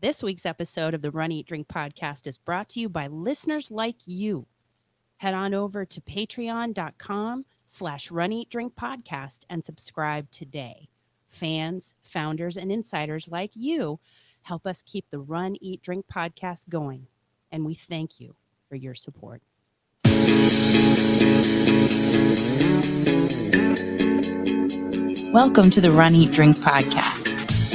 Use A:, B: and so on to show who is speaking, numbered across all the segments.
A: This week's episode of the Run Eat Drink podcast is brought to you by listeners like you. Head on over to patreon.com slash run eat drink podcast and subscribe today. Fans, founders, and insiders like you help us keep the Run Eat Drink podcast going. And we thank you for your support. Welcome to the Run Eat Drink podcast.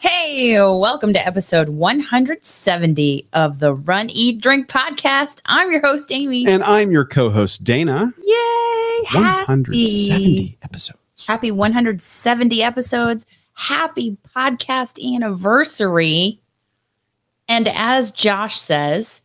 A: Hey, welcome to episode 170 of the Run Eat Drink podcast. I'm your host, Amy.
B: And I'm your co host, Dana.
A: Yay! Happy,
B: 170 episodes.
A: happy 170 episodes. Happy podcast anniversary. And as Josh says,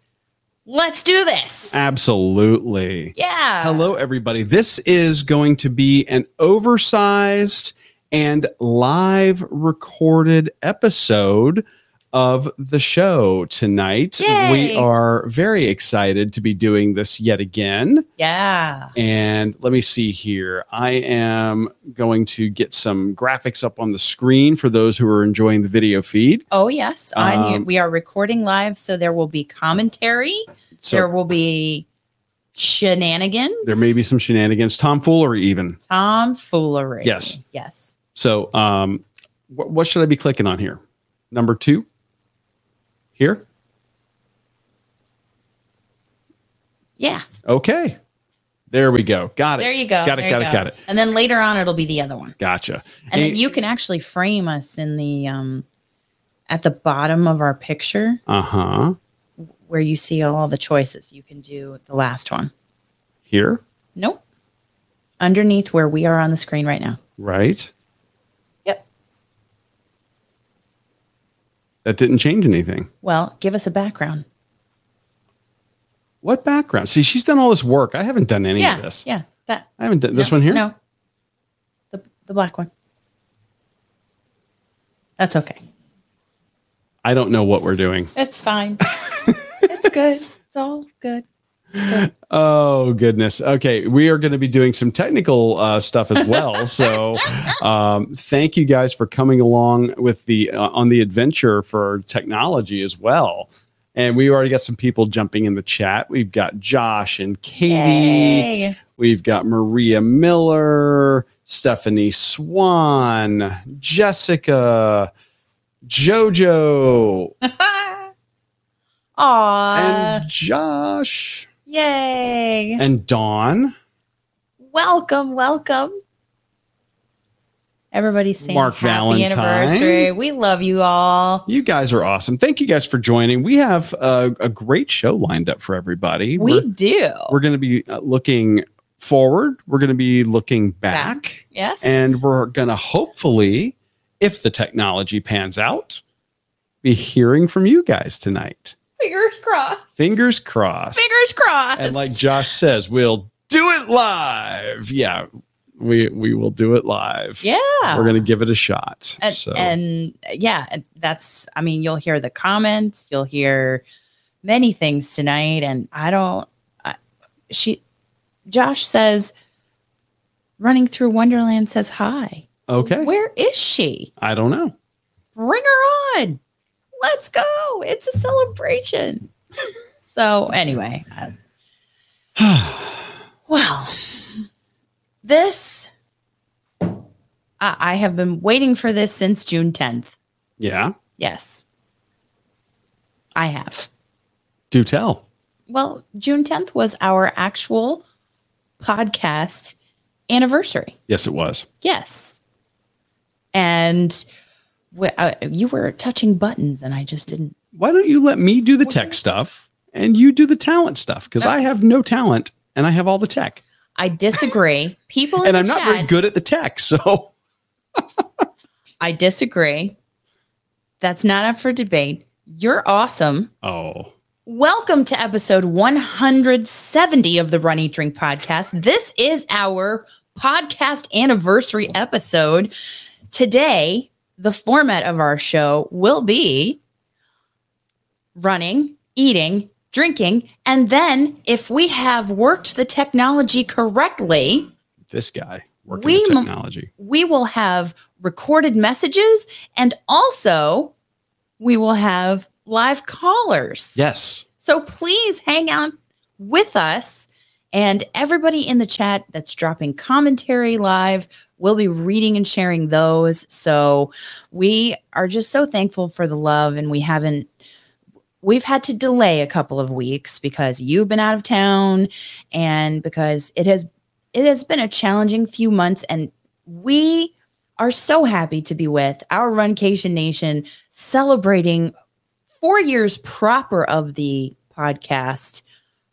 A: let's do this.
B: Absolutely.
A: Yeah.
B: Hello, everybody. This is going to be an oversized and live recorded episode of the show tonight.
A: Yay.
B: We are very excited to be doing this yet again.
A: Yeah.
B: And let me see here. I am going to get some graphics up on the screen for those who are enjoying the video feed.
A: Oh, yes. on you-
B: Um,
A: we are recording live, so there will be commentary.
B: So
A: there will be shenanigans.
B: there may be some shenanigans, tomfoolery, even.
A: tomfoolery.
B: Yes.
A: Yes.
B: So, um, wh- what should I be clicking on here? Number two. Here.
A: Yeah.
B: Okay. There we go. Got it.
A: There you go.
B: Got it,
A: There you
B: got it,
A: go.
B: got it.
A: And then later on, it'll be the other one.
B: Gotcha.
A: And then
B: And-
A: you can actually frame us in the um at the bottom of our picture
B: Uh huh.
A: where you see all the choices. You can do the last one.
B: Here.
A: Nope. Underneath where we are on the screen right now.
B: Right.
A: Yep.
B: That didn't change anything.
A: Well, give us a background.
B: What background? See, she's done all this work. I haven't done any
A: yeah.
B: of this.
A: Yeah. That
B: I haven't done this
A: no,
B: one here.
A: No. The the black one. That's okay.
B: I don't know what we're doing.
A: It's fine. it's good. It's all good.
B: Oh goodness. Okay, we are going to be doing some technical uh, stuff as well. so, um, thank you guys for coming along with the uh, on the adventure for technology as well. And we already got some people jumping in the chat. We've got Josh and Katie.
A: Yay.
B: We've got Maria Miller, Stephanie Swan, Jessica, JoJo,
A: Aw.
B: and Josh,
A: Yay.
B: and Dawn.
A: Welcome, welcome. Everybody's saying
B: Mark
A: happy
B: Valentine.
A: anniversary. We love you all.
B: You guys are awesome. Thank you guys for joining. We have a, a great show lined up for everybody.
A: We
B: we're,
A: do.
B: we're going to be uh, looking forward, we're going to be looking back,
A: yes.
B: and we're going to hopefully, if the technology pans out, be hearing from you guys tonight.
A: fingers crossed.
B: Fingers crossed.
A: Fingers crossed.
B: and like Josh says, we'll do it live. Yeah, we we will do it live.
A: yeah.
B: We're going to give it a shot.
A: and,
B: so
A: and yeah, and that's I mean, you'll hear the comments, you'll hear many things tonight and I don't I, she Josh says running through Wonderland says hi.
B: okay.
A: Where is she?
B: I don't know.
A: bring her on. Let's go. It's a celebration. so, anyway, uh, well, this, I, I have been waiting for this since June 10th.
B: yeah.
A: Yes, I have.
B: Do tell.
A: Well, June 10th was our actual podcast anniversary.
B: Yes, it was.
A: Yes. And w- uh, you were touching buttons, and I just didn't
B: Why don't you let me do the tech stuff and you do the talent stuff? Because I have no talent and I have all the tech.
A: I disagree. People
B: And
A: in the
B: I'm not
A: chat,
B: very good at the tech. So
A: I disagree. That's not up for debate. You're awesome.
B: oh.
A: Welcome to episode 170 of the Run Eat Drink podcast. This is our podcast anniversary episode. Today, the format of our show will be running, eating, drinking, and then if we have worked the technology correctly,
B: This guy working
A: We
B: with
A: m-
B: technology.
A: we will have recorded messages and also we will have live callers.
B: Yes.
A: So please hang out with us and everybody in the chat that's dropping commentary live. We'll be reading and sharing those. So we are just so thankful for the love and we haven't we've had to delay a couple of weeks because you've been out of town and because it has it has been a challenging few months and we are so happy to be with our Runcation Nation celebrating four years proper of the podcast,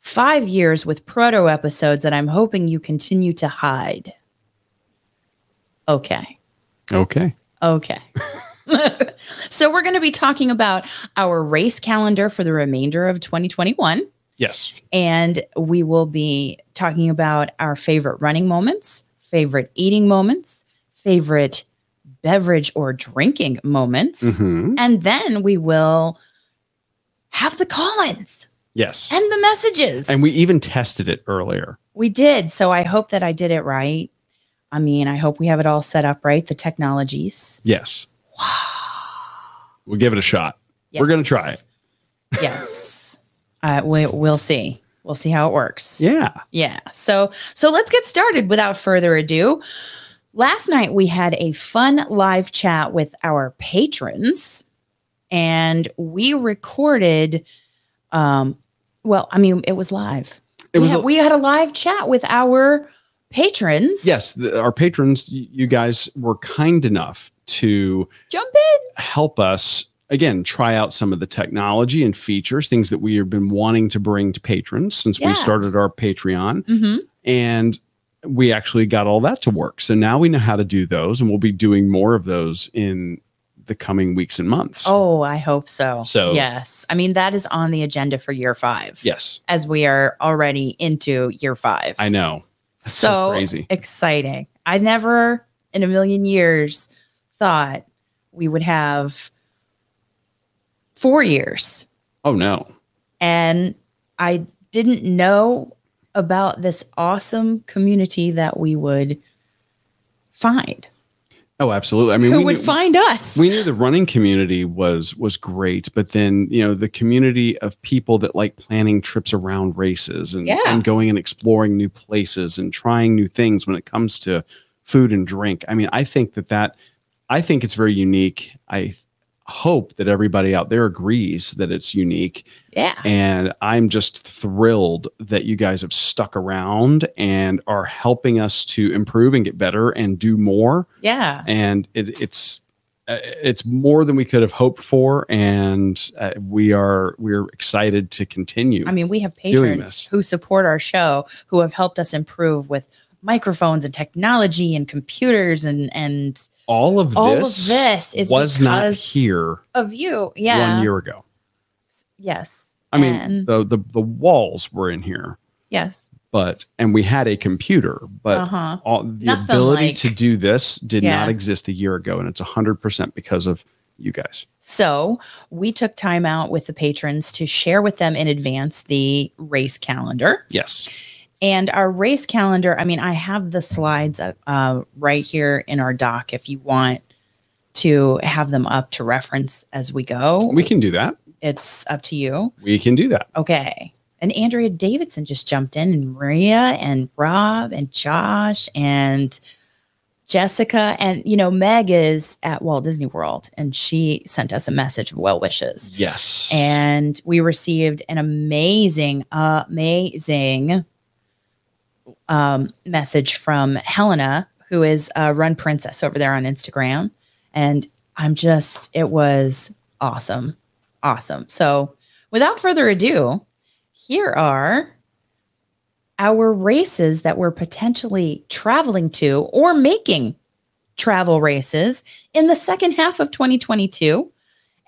A: five years with proto episodes that I'm hoping you continue to hide. Okay.
B: Okay.
A: Okay. so we're going to be talking about our race calendar for the remainder of 2021.
B: Yes.
A: And we will be talking about our favorite running moments, favorite eating moments, favorite beverage or drinking moments.
B: Mhm.
A: And then we will have the call ins
B: Yes.
A: and the messages.
B: And we even tested it earlier.
A: we did. So I hope that I did it right. I mean, I hope we have it all set up right, the technologies.
B: Yes. We'll give it a shot. We're gonna try it.
A: yes. Uh, we, we'll see. We'll see how it works.
B: Yeah.
A: Yeah. So so let's get started without further ado. Last night we had a fun live chat with our patrons and we recorded um well, I mean it was live.
B: It
A: we
B: was
A: had,
B: a-
A: we had a live chat with our patrons.
B: Yes, the, our patrons, y- you guys were kind enough to
A: Jump in.
B: help us again try out some of the technology and features, things that we have been wanting to bring to patrons since
A: Yeah.
B: we started our Patreon.
A: Mm-hmm.
B: And we actually got all that to work. So now we know how to do those, and we'll be doing more of those in the coming weeks and months.
A: Oh, I hope so.
B: So-
A: yes. I mean that is on the agenda for year 5
B: yes,
A: as we are already into year 5.
B: I know. That's so crazy.
A: exciting. I never in a million years thought we would have four years.
B: Oh no.
A: And I didn't know about this awesome community that we would find.
B: Oh, absolutely. I mean,
A: Who
B: we
A: would
B: knew-
A: find us?
B: we knew the running community was was great but then you know the community of people that like planning trips around races and,
A: Yeah.
B: and going and exploring new places and trying new things when it comes to food and drink i mean i think that that i think it's very unique i hope that everybody out there agrees that it's unique
A: yeah.
B: and i'm just thrilled that you guys have stuck around and are helping us to improve and get better and do more
A: Yeah.
B: and it, it's uh, it's more than we could have hoped for, and uh, we are we're excited to continue.
A: I mean, we have
B: Doing
A: patrons
B: this.
A: who support our show who have helped us improve with microphones and technology and computers and and
B: all of
A: all of
B: this,
A: this is
B: was not
A: because
B: here
A: of you. Yeah.
B: one year ago.
A: Yes.
B: I mean,
A: And-
B: the, the the walls were in here,
A: yes.
B: but and we had a computer, but
A: Uh huh.
B: all, the
A: Nothing
B: ability
A: like-
B: to do this did
A: Yeah.
B: not exist a year ago, and it's hundred percent because of you guys.
A: So we took time out with the patrons to share with them in advance the race calendar
B: Yes,
A: and our race calendar. I mean, I have the slides uh, uh, right here in our doc if you want to have them up to reference as we go.
B: we can do that.
A: it's up to you.
B: We can do that.
A: Okay. And Andrea Davidson just jumped in, and Maria and Rob and Josh and Jessica. And, you know, Meg is at Walt Disney World and she sent us a message of well wishes.
B: Yes,
A: And we received an amazing, amazing um, message from Helena, who is uh, Run Princess over there on Instagram. And I'm just, it was awesome. Awesome. So without further ado, here are our races that we're potentially traveling to or making travel races in the second half of 2022.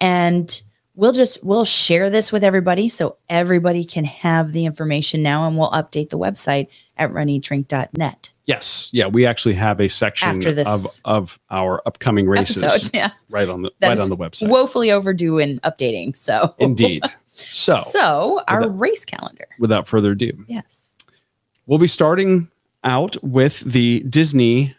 A: And we'll just we'll share this with everybody so everybody can have the information now and we'll update the website at runnytrink.net
B: Yes. Yeah. We actually have a section
A: After this
B: of, of our upcoming races
A: episode. Yeah.
B: right on the
A: That
B: right
A: is
B: on the website.
A: Woefully overdue in updating. So
B: Indeed. So,
A: our
B: without-
A: race calendar.
B: without further ado,
A: Yes.
B: we'll be starting out with the Disney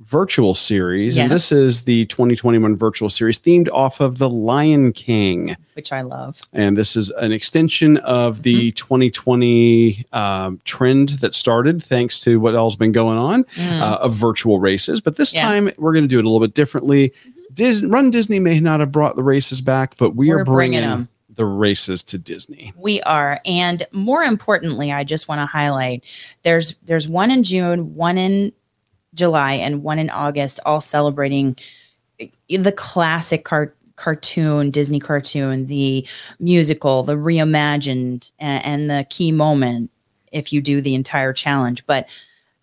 B: virtual series. And
A: Yes.
B: this is the 2021 virtual series themed off of The Lion King.
A: Which I love.
B: And this is an extension of the
A: Mm-hmm.
B: 2020 um, trend that started thanks to what all's been going on
A: Mm.
B: uh, of virtual races. But this
A: Yeah. Mm-hmm.
B: time we're going to do it a little bit differently. Disney, Run Disney may not have brought the races back, but we
A: We're
B: are
A: bringing
B: bringing,
A: 'em.
B: the races to Disney.
A: We are, and more importantly, I just want to highlight there's there's one in June, one in July, and one in August, all celebrating eh, the classic car- cartoon, Disney cartoon, the musical, the reimagined, a- and, the key moment if you do the entire challenge. But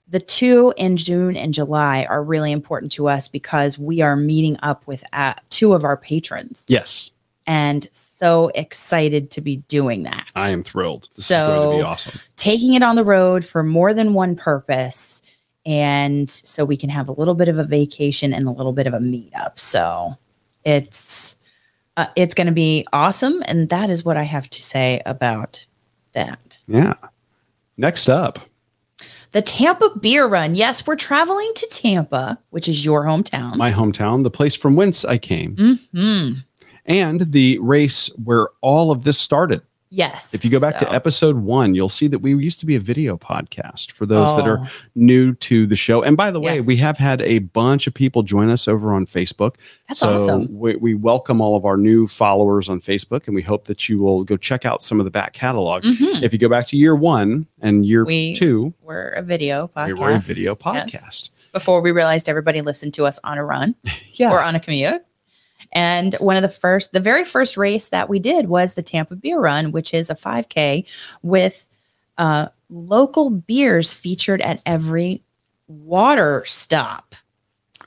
A: the two in June and July are really important to us because we are meeting up with uh, two of our patrons
B: Yes,
A: and so excited to be doing that.
B: I am thrilled. This is going to be
A: So-
B: awesome.
A: taking it on the road for more than one purpose. And so we can have a little bit of a vacation and a little bit of a meetup. So it's uh, it's going to be awesome, and that is what I have to say about that.
B: Yeah. Next up,
A: The Tampa Beer Run. Yes, we're traveling to Tampa, which is your hometown.
B: my hometown, the place from whence I came,
A: Mhm.
B: and the race where all of this started.
A: Yes.
B: If you go back to episode one, you'll see that we used to be a video podcast for those that are
A: Oh.
B: new to the show. And by the way,
A: Yes.
B: we have had a bunch of people join us over on Facebook.
A: That's
B: so
A: awesome.
B: We, we welcome all of our new followers on Facebook, and we hope that you will go check out some of the back catalog.
A: Mhm.
B: If you go back to year one and year
A: We-
B: two,
A: we're a video podcast.
B: we were a video
A: Yes.
B: podcast.
A: Before we realized everybody listened to us on a run.
B: Yeah.
A: or on a commute. And one of the first, the very first race that we did was the Tampa Beer Run, which is a 5K with uh, local beers featured at every water stop.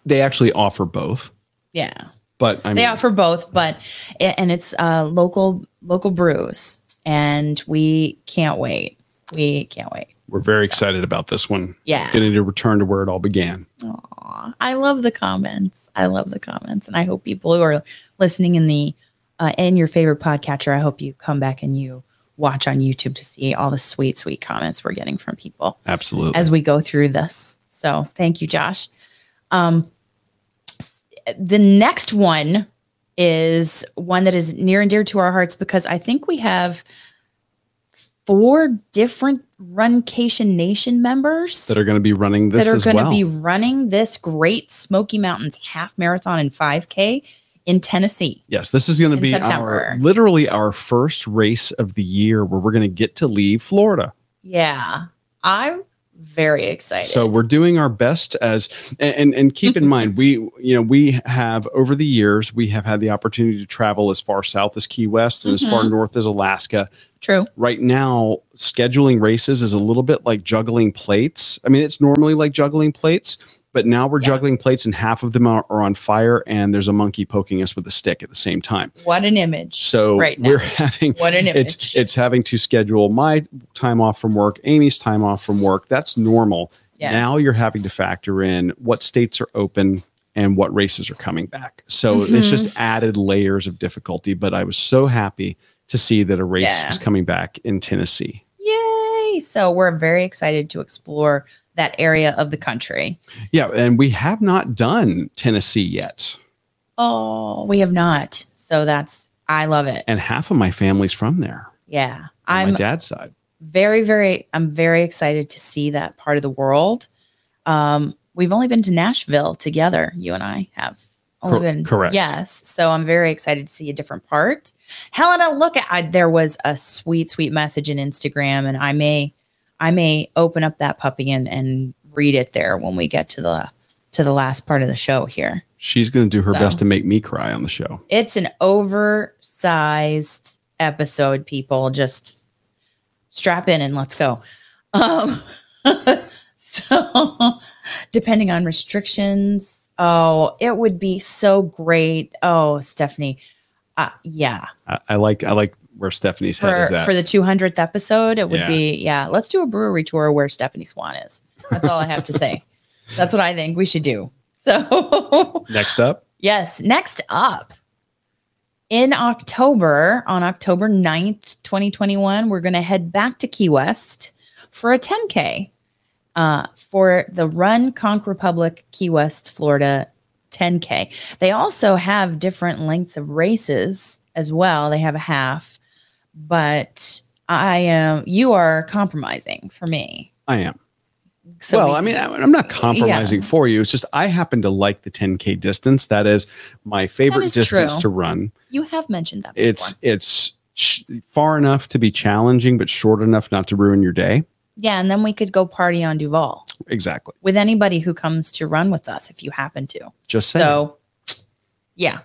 B: they actually offer both,
A: Yeah,
B: but I mean,
A: they offer both, but and it's uh, local local brews, and we can't wait. We can't wait.
B: we're very excited about this one.
A: Yeah.
B: Getting to return to where it all began.
A: Aw, I love the comments. I love the comments, and I hope people who are listening in the uh, in your favorite podcatcher, I hope you come back and you watch on YouTube to see all the sweet, sweet comments we're getting from people
B: Absolutely.
A: as we go through this. So thank you, Josh. Um, s- the next one is one that is near and dear to our hearts because I think we have four different Runcation Nation members
B: that are going to be running this
A: that are
B: as
A: going to
B: well.
A: be running this great Smoky Mountains half marathon and 5K in Tennessee.
B: yes, this is going to
A: in
B: be
A: September.
B: our literally our first race of the year where we're going to get to leave Florida.
A: Yeah, I'm very excited.
B: So we're doing our best as and and, and keep in mind we you know we have over the years we have had the opportunity to travel as far south as Key West and as far north as Alaska.
A: Mm-hmm. true.
B: Right now scheduling races is a little bit like juggling plates. I mean it's normally like juggling plates, but now we're
A: Yeah.
B: juggling plates and half of them are, are on fire and there's a monkey poking us with a stick at the same time.
A: What an image.
B: So
A: Right now.
B: we're having
A: What an image.
B: it's it's having to schedule my time off from work, Amy's time off from work. That's normal.
A: Yeah.
B: Now you're having to factor in what states are open and what races are coming back. So it's
A: Mhm.
B: just added layers of difficulty. But I was so happy to see that a race
A: Yeah.
B: was coming back in Tennessee.
A: Yay. So we're very excited to explore that area of the country.
B: Yeah, and we have not done Tennessee yet.
A: Oh, we have not. So that's, I love it.
B: And half of my family's from there
A: Yeah.
B: on
A: I'm
B: my dad's side.
A: very, very, I'm very excited to see that part of the world. Um, we've only been to Nashville together. You and I have only
B: Cor-
A: been
B: correct.
A: Yes, so I'm very excited to see a different part. Helena, look at I, there was a sweet, sweet message in Instagram, and I may, I may open up that puppy and and read it there when we get to the to the last part of the show here.
B: She's going to do her
A: So-
B: best to make me cry on the show.
A: It's an oversized episode, people. Just strap in and let's go. Um, so, depending on restrictions, oh, it would be so great. Oh, Stephanie, Uh, yeah.
B: I, I like I like where Stephanie's head
A: For
B: is at.
A: for the 200th episode, it would
B: Yeah.
A: be yeah. Let's do a brewery tour where Stephanie Swan is. That's all I have to say. That's what I think we should do. So
B: Next up,
A: yes. Next up, in October, on October 9th, 2021, we're going to head back to Key West for a 10K uh, for the Run Conk Republic Key West, Florida 10K. They also have different lengths of races as well. They have a half, but I am, you are compromising for me.
B: I am.
A: So
B: well,
A: we-
B: I mean, I- I'm not compromising for you. It's just I happen to like the 10k distance. That is my favorite
A: is
B: distance
A: true.
B: to run.
A: you have mentioned that.
B: It's
A: before.
B: it's sh- far enough to be challenging, but short enough not to ruin your day.
A: yeah. And then we could go party on Duval
B: Exactly.
A: with anybody who comes to run with us if you happen to.
B: Just saying.
A: So, yeah.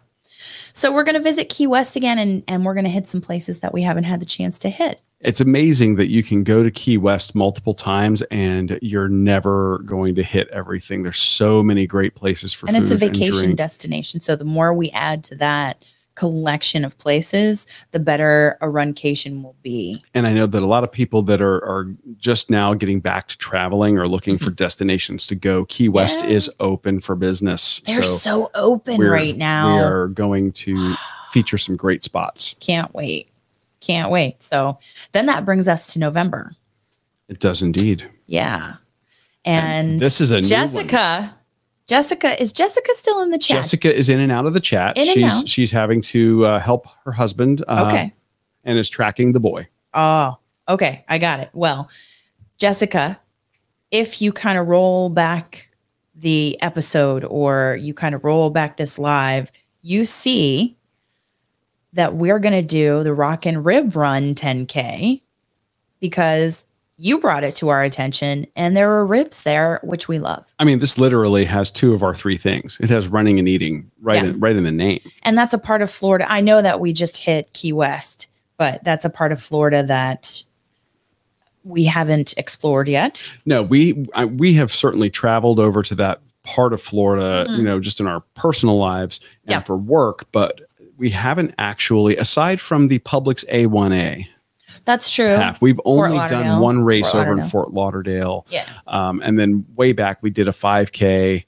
A: So we're going to visit Key West again, and and we're going to hit some places that we haven't had the chance to hit.
B: it's amazing that you can go to Key West multiple times and you're never going to hit everything. There's so many great places for
A: and it's a
B: food
A: vacation
B: drink.
A: destination, so the more we add to that collection of places, the better a runcation will be.
B: and I know that a lot of people that are are just now getting back to traveling or looking for destinations to go. Key West
A: Mm-hmm. Yeah.
B: is open for business.
A: They're so, open
B: we're-
A: right now.
B: We are going to feature some great spots.
A: Can't wait. Can't wait. So then that brings us to November.
B: It does indeed.
A: Yeah. And,
B: this is a new one.
A: Jessica. Jessica is Jessica still in the chat?
B: Jessica is in and out of the chat.
A: In and
B: she's
A: out.
B: she's having to uh, help her husband. Uh,
A: okay.
B: And is tracking the boy.
A: Oh, okay. I got it. Well, Jessica, if you kind of roll back the episode or you kind of roll back this live, you see that we're going to do the Rock and Rib Run 10K because you brought it to our attention and there were ribs there, which we love.
B: I mean, this literally has two of our three things. It has running and eating right
A: Yeah.
B: in, right in the name.
A: And that's a part of Florida. I know that we just hit Key West, but that's a part of Florida that we haven't explored yet.
B: No, we I, we have certainly traveled over to that part of Florida, you know, just in our personal lives and
A: Mm-hmm. Yeah.
B: for work, but we haven't actually aside from the Publix A1A
A: That's true.
B: half. We've only
A: Oh. Lauderdale.
B: done one race
A: Fort
B: over in
A: Lauderdale.
B: Fort Lauderdale.
A: Yeah.
B: Um, and then way back we did a 5K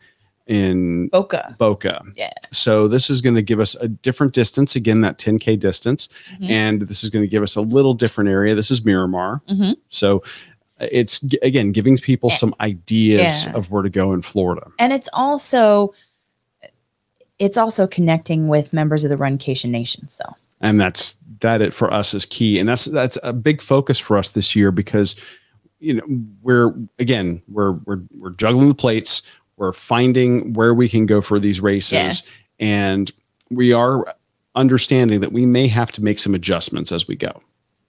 B: in
A: Boca.
B: Boca.
A: Yeah.
B: So this is going to give us a different distance again that 10k distance
A: Mhm.
B: and this is going to give us a little different area. This is Miramar.
A: Mhm.
B: So it's g- again giving people
A: Eh.
B: some ideas
A: Yeah.
B: of where to go in Florida.
A: And it's also it's also connecting with members of the Runcation Nation. So
B: and that's that it for us is key and that's that's a big focus for us this year because you know we're again we're we're we're juggling the plates we're finding where we can go for these races
A: Yeah.
B: and we are understanding that we may have to make some adjustments as we go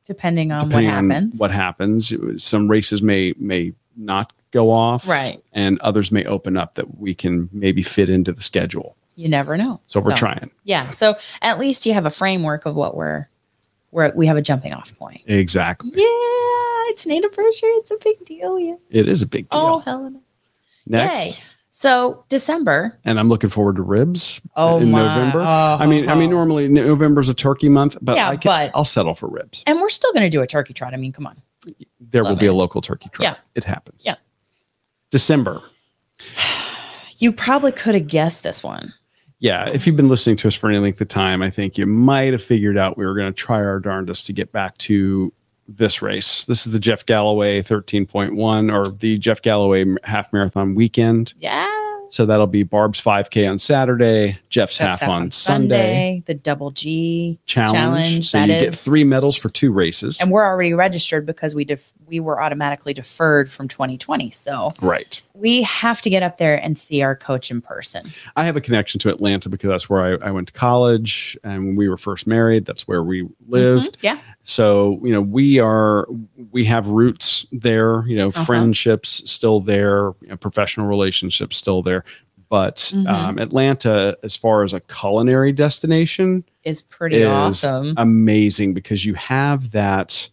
A: depending on
B: depending
A: what
B: on
A: happens.
B: what happens some races may may not go off
A: Right.
B: and others may open up that we can maybe fit into the schedule
A: you never know.
B: so we're trying
A: Yeah. So at least you have a framework of what we're where we have a jumping off point.
B: exactly
A: Yeah, it's an anniversary. It's a big deal. Yeah.
B: it is a big deal
A: Oh, Helena.
B: next
A: Yay. So December.
B: and I'm looking forward to ribs
A: Oh
B: in
A: my.
B: November.
A: Oh,
B: I mean, I mean,
A: oh, oh.
B: normally November's a turkey month, but
A: Yeah,
B: I can,
A: but-
B: I'll settle for ribs.
A: And we're still going to do a turkey trot. I mean, come on.
B: There will
A: love
B: be a
A: it.
B: local turkey trot.
A: Yeah.
B: It happens.
A: Yeah.
B: December.
A: You probably could have guessed this one.
B: Yeah. If you've been listening to us for any length of time, I think you might have figured out we were going to try our darndest to get back to this race. This is the Jeff Galloway 13.1 or the Jeff Galloway half marathon weekend.
A: Yeah.
B: So that'll be Barb's 5K on Saturday, Jeff's, half,
A: That's
B: on, Sunday.
A: The double G
B: Challenge.
A: Challenge,
B: so
A: that
B: you get
A: is-
B: three medals for two races.
A: and we're already registered because we def- we were automatically deferred from 2020. So
B: right.
A: we have to get up there and see our coach in person.
B: I have a connection to Atlanta because that's where I, I went to college. And when we were first married, that's where we lived.
A: Mhm. Yeah,
B: So, you know, we are, we have roots there, you know,
A: Uh-huh.
B: friendships still there, you know, professional relationships still there. But
A: Mhm.
B: um, Atlanta, as far as a culinary destination,
A: is pretty
B: Is-
A: awesome.
B: amazing because you have that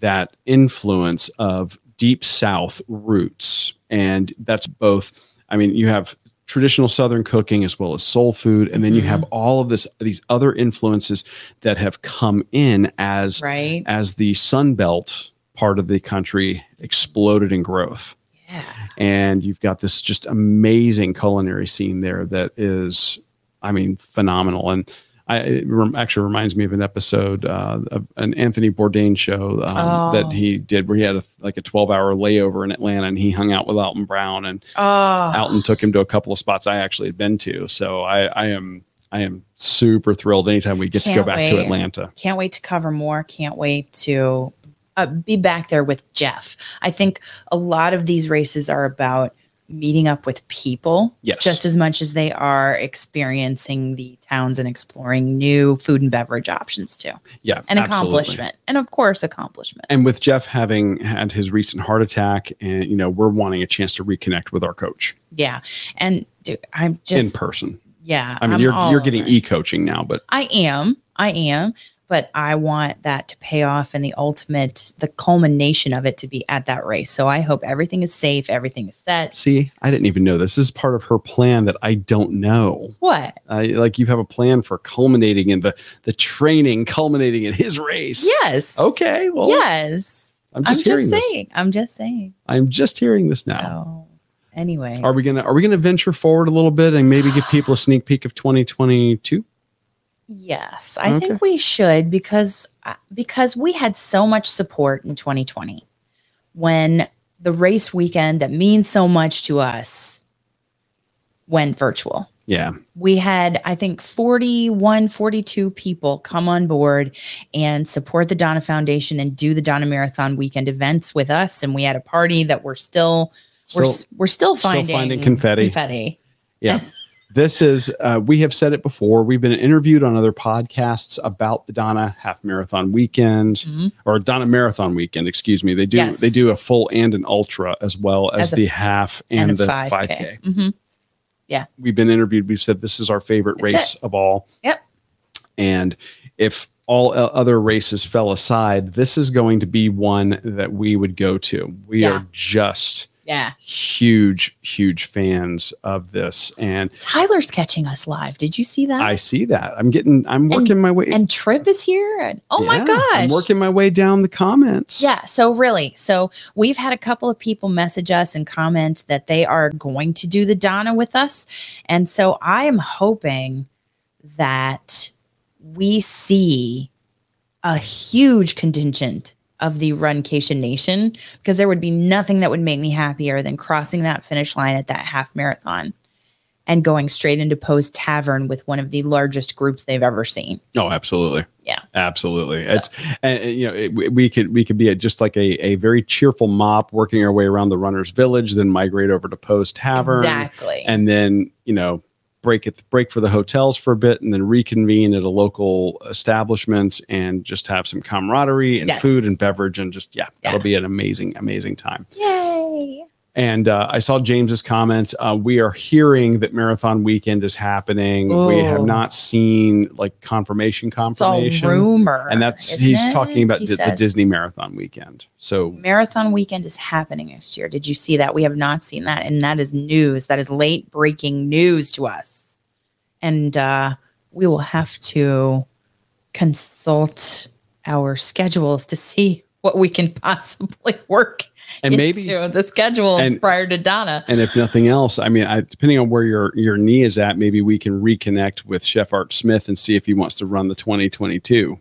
B: that influence of deep south roots and that's both i mean you have traditional Southern cooking as well as soul food, and then you
A: Mm-hmm.
B: have all of this these other influences that have come in as
A: Right.
B: as the Sun Belt part of the country exploded in growth
A: Yeah.
B: and you've got this just amazing culinary scene there that is, I mean, phenomenal. And I it rem- actually reminds me of an episode, uh, of an Anthony Bourdain show um,
A: Oh.
B: that he did where he had a, like a 12 hour layover in Atlanta and he hung out with Alton Brown and
A: Oh.
B: Alton took him to a couple of spots I actually had been to. So I, I am, I am super thrilled anytime we get to go
A: Can't
B: back to
A: wait.
B: Atlanta.
A: Can't wait to cover more. Can't wait to uh, be back there with Jeff. I think a lot of these races are about meeting up with people
B: Yes.
A: just as much as they are experiencing the towns and exploring new food and beverage options too.
B: Yeah. accomplishment.
A: And accomplishment. And of course, accomplishment.
B: and with Jeff having had his recent heart attack, and you know, we're wanting a chance to reconnect with our coach
A: Yeah. And dude, I'm
B: in
A: just,
B: person.
A: yeah.
B: I mean,
A: I'm
B: you're
A: all
B: you're getting
A: over it.
B: e coaching now, but
A: I am. I am. But I want that to pay off and the ultimate, the culmination of it to be at that race. So I hope everything is safe, everything is set.
B: see, I didn't even know this. This is part of her plan that I don't know.
A: What?
B: I, like you have a plan for culminating in the the training, culminating in his race.
A: Yes.
B: Okay. Well,
A: yes.
B: I'm
A: I'm
B: just
A: just,
B: hearing this.
A: saying. I'm just saying.
B: I'm just hearing this now.
A: So anyway,
B: Are we gonna Are we gonna venture forward a little bit and maybe give people a sneak peek of 2022?
A: yes, I
B: Okay.
A: think we should because uh, because we had so much support in 2020 when the race weekend that means so much to us went virtual.
B: Yeah.
A: we had i think 41 42 people come on board and support the donna foundation and do the donna marathon weekend events with us and we had a party that we're still we're,
B: So-
A: s- we're still
B: still
A: finding,
B: finding confetti.
A: confetti
B: Yeah. this is, uh, we have said it before. We've been interviewed on other podcasts about the Donna Half Marathon Weekend
A: Mhm.
B: or Donna Marathon Weekend, excuse me. They do,
A: Yes.
B: they do a full and an ultra as well as,
A: As a-
B: the half and,
A: and,
B: the
A: a
B: 5K.
A: 5k, Mhm.
B: We've been interviewed. We've said this is our favorite
A: It's
B: race of all.
A: Yep.
B: And if all o- other races fell aside, this is going to be one that we would go to. We
A: Yeah.
B: are just
A: yeah
B: huge, huge fans of this. And
A: tyler's catching us live did you see that
B: I see that. I'm getting, I'm working my way.
A: and trip is here and oh my
B: Yeah,
A: gosh
B: I'm working my way down the comments.
A: Yeah. So really, so we've had a couple of people message us and comment that they are going to do the Donna with us, and so I am hoping that we see a huge contingent of the Runcation Nation because there would be nothing that would make me happier than crossing that finish line at that half marathon and going straight into Poe's Tavern with one of the largest groups they've ever seen.
B: Oh, absolutely.
A: Yeah.
B: Absolutely. It's and, and, you know it, we- we could we could be at just like a, a very cheerful mop working our way around the runner's village, then migrate over to Post Tavern,
A: Exactly.
B: and then you know break it break for the hotels for a bit, and then reconvene at a local establishment and just have some camaraderie and
A: Yes.
B: food and beverage and just yeah,
A: Yeah.
B: that'll be an amazing amazing time.
A: Yay.
B: And uh, I saw James's comment. Uh, we are hearing that marathon weekend is happening. We have
A: Oh.
B: not seen like confirmation
A: It's all
B: confirmation.
A: rumor.
B: and that's
A: isn't
B: he's
A: it?
B: talking about
A: He
B: di- the
A: says,
B: Disney marathon weekend. So
A: marathon weekend is happening next year. Did you see that? We have not seen that, and that is news. That is late breaking news to us, and uh, we will have to consult our schedules to see what we can possibly work
B: and maybe
A: into the schedule
B: and-
A: prior to Donna.
B: and if nothing else, I mean, I, depending on where your your knee is at, maybe we can reconnect with Chef Art Smith and see if he wants to run the 2022.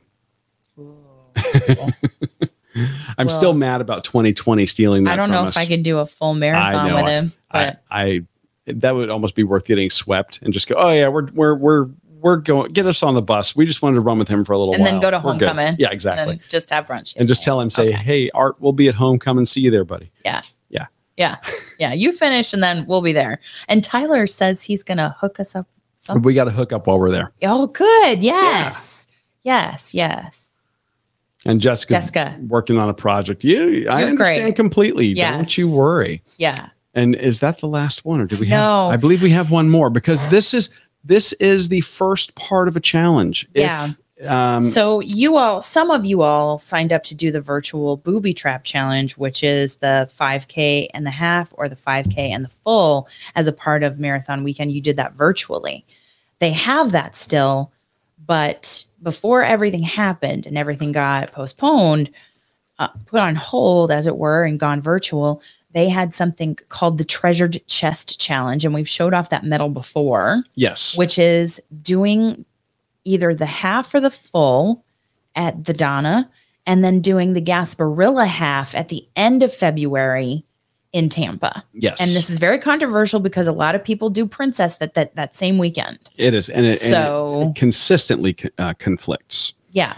B: I'm
A: Well,
B: still mad about 2020 stealing that.
A: I don't
B: from
A: know
B: us.
A: if I could do a full
B: know,
A: marathon with him,
B: I,
A: but
B: I that would almost be worth getting swept and just go. Oh yeah, we're we're we're we're going. Get us on the bus. We just wanted to run with him for a little
A: And
B: while.
A: then go to
B: We're good."
A: homecoming.
B: Yeah, exactly.
A: then just have brunch
B: and just tell him, say, hey, Art, we'll be at home. Come and see you there, buddy.
A: Yeah. Yeah. You finish and then we'll be there. And Tyler says he's going to hook us up. Something.
B: We got to hook up while we're there.
A: Oh, good. Yes. Yes. Yes.
B: And Jessica,
A: Jessica.
B: working on a project. You, I
A: You're
B: understand
A: great.
B: completely. Don't
A: Yes.
B: you worry.
A: Yeah.
B: And is that the last one, or do we
A: No.
B: have? I believe we have one more because this is this is the first part of a challenge.
A: Yeah.
B: If Um,
A: So you all, some of you all signed up to do the virtual booby trap challenge, which is the 5K and the half or the 5K and the full as a part of marathon weekend. You did that virtually. They have that still, but before everything happened and everything got postponed, uh, put on hold, as it were, and gone virtual, they had something called the treasured chest challenge. And we've showed off that medal before
B: yes.
A: which is doing either the half or the full at the Donna and then doing the Gasparilla half at the end of February in Tampa.
B: yes.
A: And this is very controversial because a lot of people do Princess that that, that same weekend.
B: it is. And it, and it
A: So-
B: consistently co- uh, conflicts.
A: Yeah.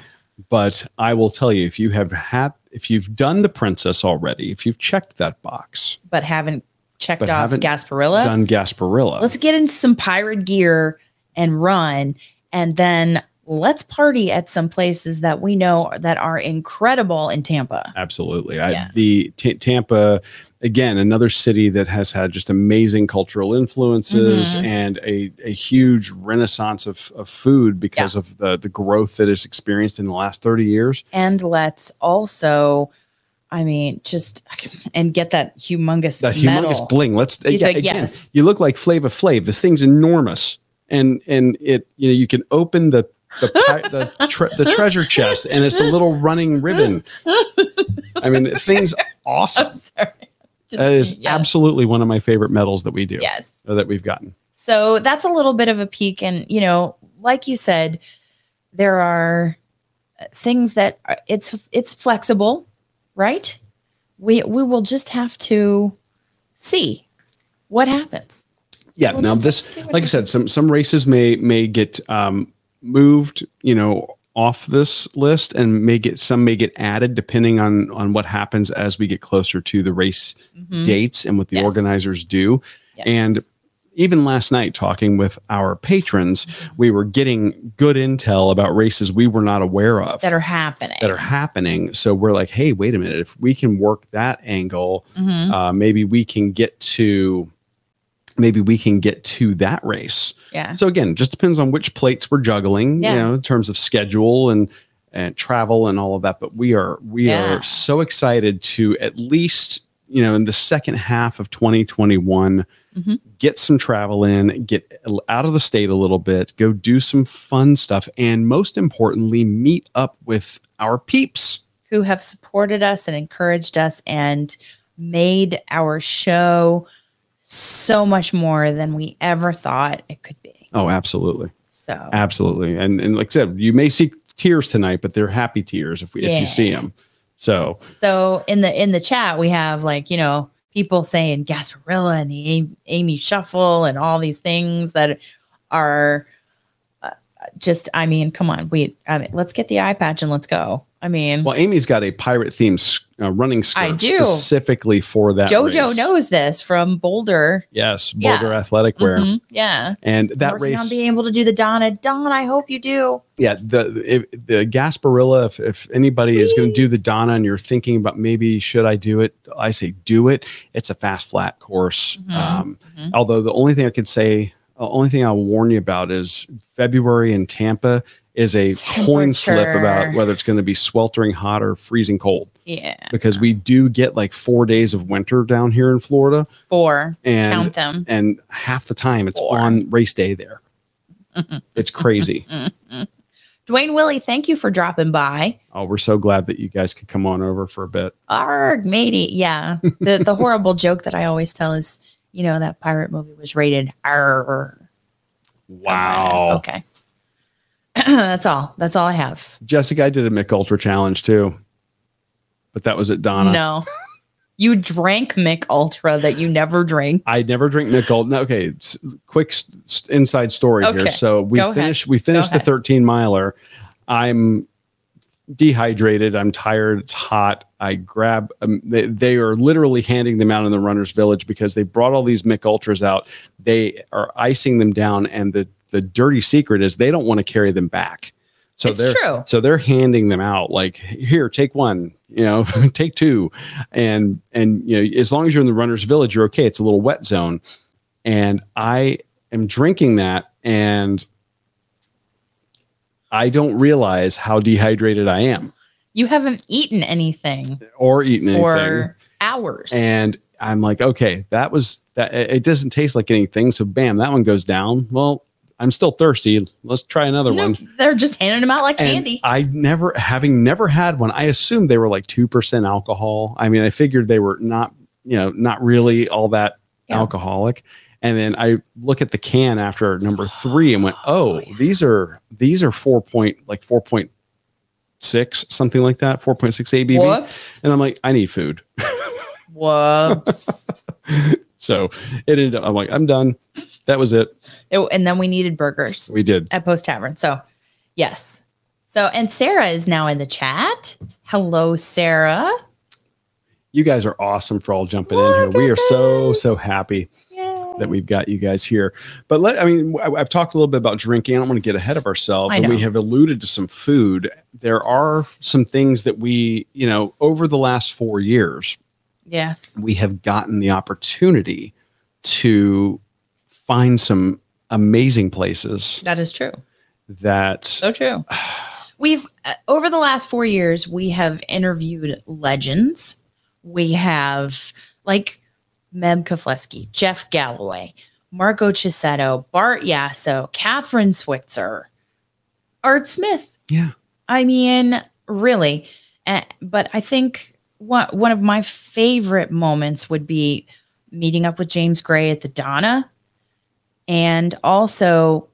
B: But I will tell you, if you have had, if you've done the princess already, if you've checked that box,
A: But haven't checked
B: But
A: off
B: haven't
A: Gasparilla.
B: done Gasparilla,
A: let's get into some pirate gear and run and then let's party at some places that we know that are incredible in Tampa.
B: Absolutely. I,
A: Yeah.
B: The Ta Tampa, again, another city that has had just amazing cultural influences
A: Mhm.
B: and a, a huge renaissance of, of food because of the, the growth that it's experienced in the last 30 years.
A: and let's also i mean just and get that humongous
B: That humongous
A: medal.
B: bling. Let's
A: He's
B: yeah,
A: like,
B: again,
A: yes.
B: You look like Flava Flav. This thing's enormous, and and it you know you can open the the pi- the, tre- the treasure chest, and it's the little running ribbon. I mean, the thing's awesome. That is
A: Yeah.
B: absolutely one of my favorite medals that we do.
A: yes
B: uh, that we've gotten.
A: so that's a little bit of a peek and you know like you said there are uh, things that are, it's it's flexible right we we will just have to see what happens
B: Yeah.
A: We'll
B: now
A: just
B: this,
A: see what
B: like I said,
A: happens.
B: some some races may may get um, moved, you know, off this list, and may get some may get added depending on on what happens as we get closer to the race
A: Mhm.
B: dates and what the
A: Yes.
B: organizers do.
A: Yes.
B: And even last night, talking with our patrons,
A: Mm-hmm.
B: we were getting good intel about races we were not aware of
A: that are happening
B: that are happening. So we're like, hey, wait a minute. If we can work that angle,
A: Mhm.
B: uh, maybe we can get to maybe we can get to that race.
A: yeah
B: So again, just depends on which plates we're juggling,
A: Yeah.
B: you know, in terms of schedule and and travel and all of that. But we are we
A: Yeah.
B: are so excited to at least you know in the second half of 2021
A: Mhm.
B: get some travel in, get out of the state a little bit, go do some fun stuff, and most importantly, meet up with our peeps.
A: who have supported us and encouraged us and made our show so much more than we ever thought it could be.
B: Oh, absolutely.
A: So,
B: Absolutely. And and like I said, you may see tears tonight, but they're happy tears if, we, if
A: Yeah.
B: you see them. So
A: so in the in the chat we have like you know people saying Gasparilla and the A- Amy Shuffle and all these things that are uh, just. I mean, come on, we. I mean, let's get the eye patch and let's go. I mean,
B: Well, Amy's got a pirate themed uh, running skirt
A: I do.
B: specifically for that.
A: JoJo
B: race.
A: knows this from Boulder.
B: Yes,
A: Yeah.
B: Boulder athletic wear,
A: Mhm, yeah,
B: and that
A: Working on
B: race.
A: being able to do the Donna. Don, I hope you do.
B: yeah, the if, the Gasparilla. If, if anybody is going to do the Donna, and you're thinking about maybe should I do it, I say do it. It's a fast flat course.
A: Mhm.
B: Um,
A: Mhm.
B: Although the only thing I could say, the only thing I'll warn you about is February in Tampa is a coin flip about
A: Temperature.
B: whether it's going to be sweltering hot or freezing cold.
A: Yeah.
B: because we do get like four days of winter down here in Florida,
A: Four.
B: and
A: Count them.
B: and half the time it's
A: Four.
B: on race day there. it's crazy.
A: Mm-hmm. Dwayne Willie, thank you for dropping by.
B: Oh, we're so glad that you guys could come on over for a bit.
A: Arg, matey. Yeah. The the horrible joke that I always tell is, you know, that pirate movie was rated R. Oh, Okay. That's all. That's all I have.
B: Jessica, I did a Mick Ultra challenge too, but that was at Donna.
A: No. You drank Mick Ultra that you never drink.
B: I never drink Mick Ultra. No, okay, s- quick s- s- inside story here.
A: Okay,
B: So we
A: go ahead.
B: finished. We finished the
A: ahead.
B: 13 miler. I'm dehydrated. I'm tired. It's hot. I grab. Um, they, they are literally handing them out in the runners' village because they brought all these Mick Ultras out. They are icing them down, and the the dirty secret is they don't want to carry them back. So
A: it's
B: they're
A: true.
B: so they're handing them out like here, take one, you know, take two, and and you know, as long as you're in the runner's village, you're okay. It's a little wet zone, and I am drinking that, and I don't realize how dehydrated I am
A: You haven't eaten anything
B: or eaten anything.
A: for hours.
B: and I'm like, okay, that was that. It it doesn't taste like anything. So bam, that one goes down. Well, I'm still thirsty. Let's try another
A: No,
B: one.
A: they're just handing them out like
B: And
A: candy.
B: I never, having never had one, I assumed they were like 2% alcohol. I mean, I figured they were not, you know, not really all that
A: Yeah.
B: alcoholic. And then I look at the can after number three and went, oh, these are, these are four point, like 4.6, something like that, 4.6 ABV.
A: Whoops.
B: And I'm like, I need food.
A: Whoops.
B: So it ended up, I'm like, I'm done. That was it.
A: Oh, and then we needed burgers
B: We did.
A: at Post Tavern. So, yes. So, and Sarah is now in the chat. Hello, Sarah.
B: You guys are awesome for all jumping in here.
A: Look
B: We
A: at
B: are so,
A: this.
B: so happy.
A: Yay.
B: that we've got you guys here. But let, I mean, I, have talked a little bit about drinking. I don't want to get ahead of ourselves.
A: I
B: And we
A: know.
B: have alluded to some food. There are some things that we, you know, over the last four years,
A: Yes.
B: we have gotten the opportunity to find some amazing places
A: That is true.
B: that
A: So true. We've uh, over the last 4 years we have interviewed legends. We have like Mem Kofleski, Jeff Galloway, Marco Chisetto, Bart Yasso, Catherine Switzer, Art Smith.
B: Yeah.
A: I mean, really. Uh, but I think one one of my favorite moments would be meeting up with James Gray at the Donna and also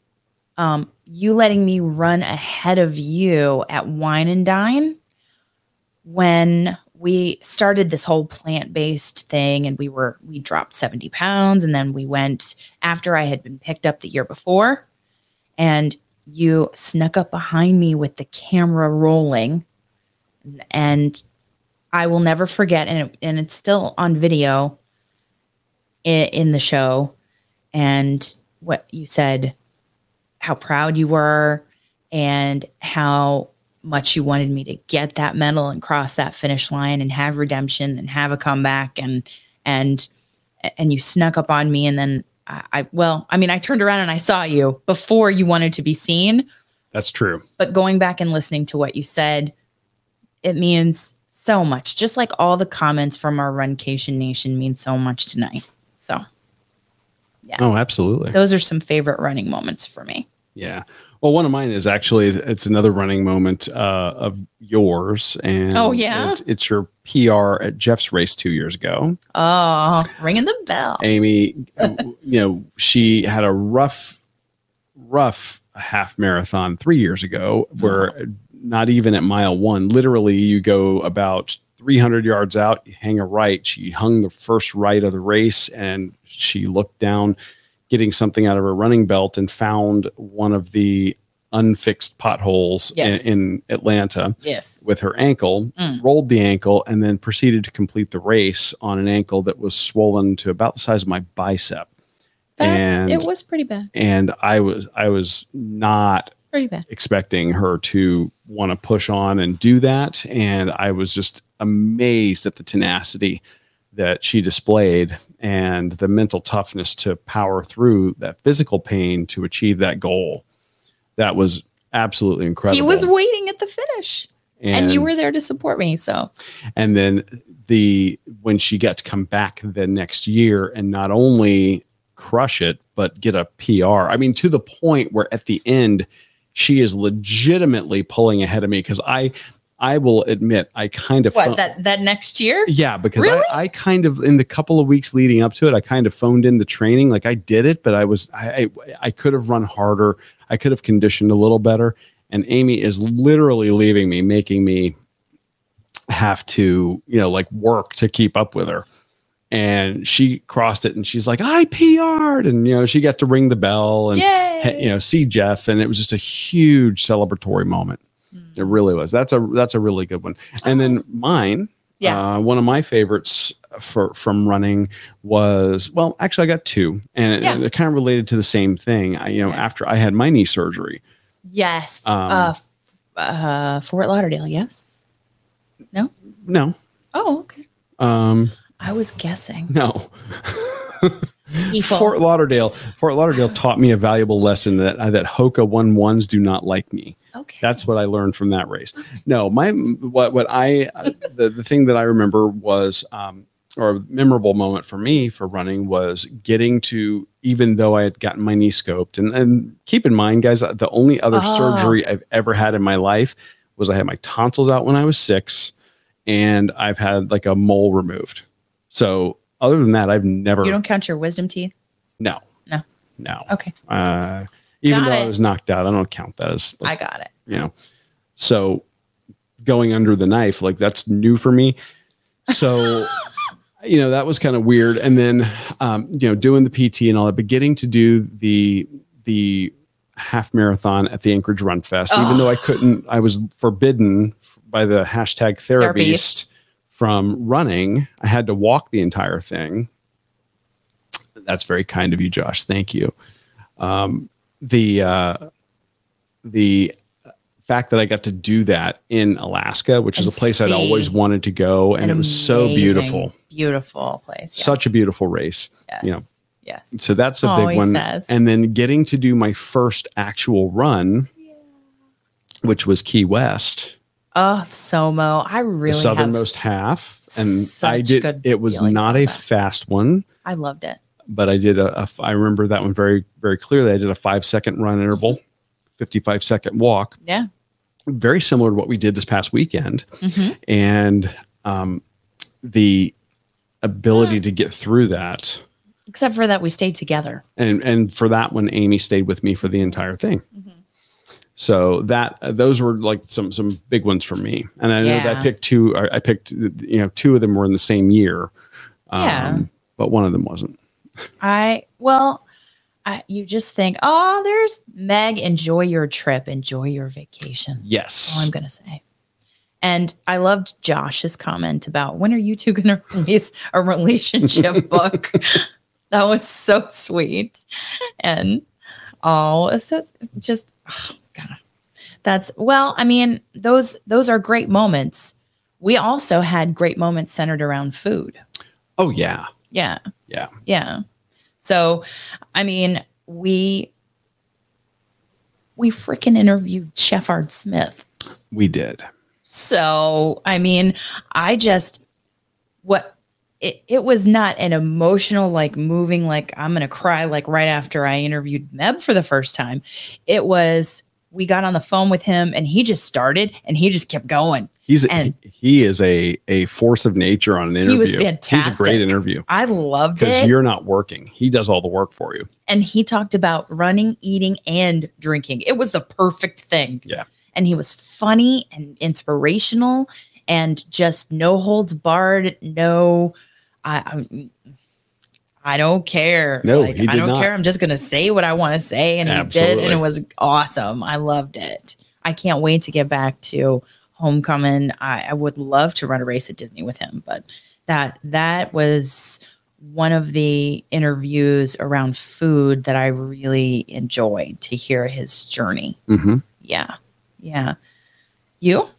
A: um, you letting me run ahead of you at Wine and Dine when we started this whole plant-based thing and we were we dropped 70 pounds and then we went after I had been picked up the year before and you snuck up behind me with the camera rolling and I will never forget and it, and it's still on video in, in the show and what you said how proud you were and how much you wanted me to get that medal and cross that finish line and have redemption and have a comeback and and and you snuck up on me and then I, I well I mean I turned around and I saw you before you wanted to be seen
B: that's true.
A: but going back and listening to what you said it means so much just like all the comments from our runcation nation mean so much tonight so
B: Oh, absolutely.
A: those are some favorite running moments for me
B: Yeah. Well, one of mine is actually it's another running moment uh, of yours, and
A: Oh, yeah?
B: it's, it's your PR at Jeff's race two years ago.
A: oh ringing the bell
B: Amy, uh, you know, she had a rough, rough half marathon three years ago, where not even at mile one, literally, you go about 300 yards out, you hang a right. She hung the first right of the race, and she looked down, getting something out of her running belt, and found one of the unfixed potholes
A: Yes.
B: in, in Atlanta
A: yes
B: with her ankle,
A: Mm.
B: rolled the ankle, and then proceeded to complete the race on an ankle that was swollen to about the size of my bicep.
A: That's,
B: And-
A: it was pretty bad.
B: And I was I was not
A: Pretty bad.
B: expecting her to want to push on and do that. And I was just amazed at the tenacity that she displayed and the mental toughness to power through that physical pain to achieve that goal. That was absolutely incredible.
A: He was waiting at the finish, and, you were there to support me. So
B: and then the when she got to come back the next year and not only crush it but get a PR. I mean to the point where at the end she is legitimately pulling ahead of me cuz I I will admit I kind of phon-
A: what that that next year?
B: yeah, because
A: Really?
B: I, I kind of in the couple of weeks leading up to it, I kind of phoned in the training. Like I did it, but I was I I, I could have run harder. I could have conditioned a little better. And Amy is literally leaving me, making me have to you know like work to keep up with her. And she crossed it, and she's like, "I PR'd," and you know she got to ring the bell and
A: Yay!
B: you know see Jeff, and it was just a huge celebratory moment.
A: Mm.
B: It really was. That's a that's a really good one. And then mine,
A: Uh-huh. Yeah.
B: uh, one of my favorites for from running was well, actually, I got two, and
A: Yeah.
B: they're kind of related to the same thing. I, you know,
A: Okay.
B: after I had my knee surgery,
A: yes.
B: um,
A: uh, f- uh, Fort Lauderdale. Yes.
B: no,
A: Oh, okay.
B: um,
A: I was guessing.
B: no.
A: Equal.
B: Fort uh, Lauderdale, Fort Lauderdale taught me a valuable lesson that that Hoka one ones do not like me.
A: Okay.
B: That's what I learned from that race. No, my what what I the, the thing that I remember was um, or a memorable moment for me for running was getting to even though I had gotten my knee scoped and and keep in mind guys the only other
A: Oh.
B: surgery I've ever had in my life was I had my tonsils out when I was 6 and I've had like a mole removed. So other than that I've never
A: You don't count your wisdom teeth?
B: no.
A: No.
B: No.
A: Okay.
B: Uh, even
A: Got
B: though I
A: it.
B: was knocked out, I don't count that as like,
A: I got it.
B: you know. So going under the knife, like that's new for me. So you know, that was kind of weird. And then um, you know, doing the PT and all that, but getting to do the the half marathon at the Anchorage Run Fest, even
A: Oh.
B: though I couldn't, I was forbidden by the hashtag therapist
A: Therapist.
B: from running. I had to walk the entire thing. That's very kind of you, Josh. Thank you. Um, the uh, the fact that I got to do that in Alaska, which
A: And
B: is a place I'd
A: see.
B: always wanted to go, and
A: An
B: it was so
A: amazing,
B: beautiful,
A: Beautiful place. Yeah.
B: such a beautiful race.
A: yes.
B: you know.
A: Yes.
B: So that's a
A: Always
B: big one.
A: says.
B: And then getting to do my first actual run, which was Key West,
A: Oh, SOMO. I really
B: the
A: have,
B: southernmost half, and I
A: such
B: did.
A: good
B: It was
A: feelings
B: not
A: about
B: a
A: that.
B: fast one.
A: I loved it.
B: but I did a, a I remember that one very very clearly. I did a five second run interval, fifty five second walk,
A: Yeah.
B: very similar to what we did this past weekend,
A: hmm
B: and um, the ability to get through that.
A: Except for that we stayed together.
B: And and for that one, Amy stayed with me for the entire thing.
A: Mm-hmm.
B: So that uh, those were like some some big ones for me. And I know that I
A: Yeah.
B: picked two. I I picked you know two of them were in the same year. um,
A: Yeah.
B: But one of them wasn't.
A: I well, I you just think, oh, there's Meg. Enjoy your trip. Enjoy your vacation.
B: Yes.
A: That's all I'm gonna say. And I loved Josh's comment about when are you two gonna release a relationship book? That was so sweet. And oh, it's so, just oh, God. That's well, I mean, those those are great moments. We also had great moments centered around food.
B: oh yeah.
A: Yeah.
B: Yeah.
A: Yeah. So, I mean, we we freaking interviewed Chef Art Smith.
B: We did.
A: So, I mean, I just what it, it was not an emotional like moving like I'm going to cry like right after I interviewed Meb for the first time. It was we got on the phone with him and he just started and he just kept going.
B: He's
A: And-
B: he, he is a a force of nature on an
A: He
B: interview.
A: was
B: He's a great
A: fantastic.
B: interview
A: I loved
B: because
A: it.
B: you're not working. He does all the work for you.
A: and he talked about running, eating, and drinking. It was the perfect thing.
B: Yeah.
A: And he was funny and inspirational and just no holds barred. No, I, I, I don't care.
B: No,
A: Like,
B: he
A: I
B: did
A: don't
B: not.
A: care. I'm just going to say what I want to say. And he did. And
B: Absolutely.
A: it was awesome. I loved it. I can't wait to get back to homecoming. I, I would love to run a race at Disney with him, but that that was one of the interviews around food that I really enjoyed to hear his journey.
B: Mhm.
A: Yeah. Yeah. You?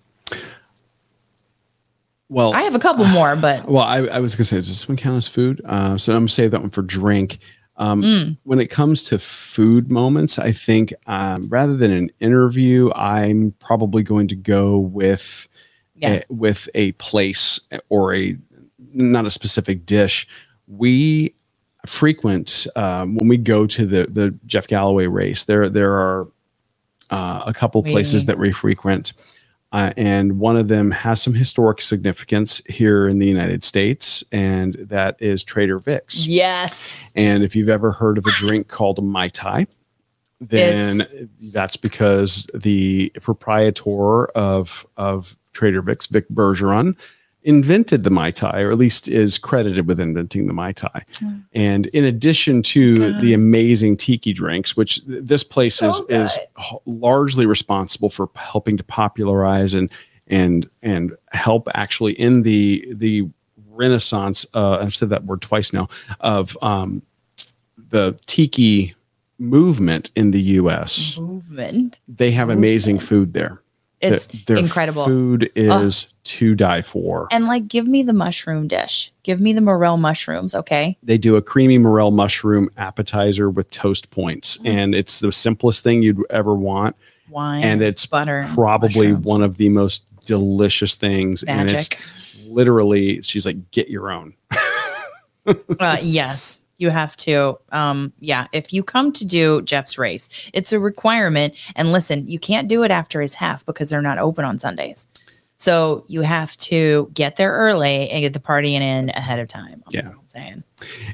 B: Well, uh,
A: I have a couple more, but
B: well, I, I was gonna say, does this one count as food? Uh, so I'm gonna save that one for drink. Um,
A: Mm.
B: When it comes to food moments, I think um, rather than an interview, I'm probably going to go with
A: yeah.
B: a- with a place or a not a specific dish. We frequent um, when we go to the the Jeff Galloway race. There there are uh, a couple
A: We-
B: places that we frequent, uh, and one of them has some historic significance here in the United States, and that is Trader Vic's.
A: Yes.
B: And if you've ever heard of a drink called a Mai Tai, then that's because the proprietor of of Trader Vic's, Vic Bergeron, invented the Mai Tai, or at least is credited with inventing the Mai Tai.
A: Mm.
B: And in addition to
A: God.
B: the amazing tiki drinks, which th- this place
A: So
B: is, is
A: good.
B: h- largely responsible for p- helping to popularize and and and help actually in the the renaissance uh, I've said that word twice now of um, the tiki movement in the US.
A: Mm-hmm. Movement.
B: They have amazing food there.
A: It's
B: Th- their
A: incredible.
B: Food is to die for.
A: And like give me the mushroom dish. Give me the morel mushrooms, okay?
B: They do a creamy morel mushroom appetizer with toast points, and it's the simplest thing you'd ever want.
A: Mm. wine,
B: and it's
A: butter, and
B: probably
A: mushrooms.
B: one of the most delicious things. And it's
A: magic.
B: literally, she's like, get your own.
A: uh, yes, you have to. Um, yeah, if you come to do Jeff's race, it's a requirement. And listen, you can't do it after his half because they're not open on Sundays. So you have to get there early and get the partying in ahead of time. That's
B: Yeah.
A: all I'm saying.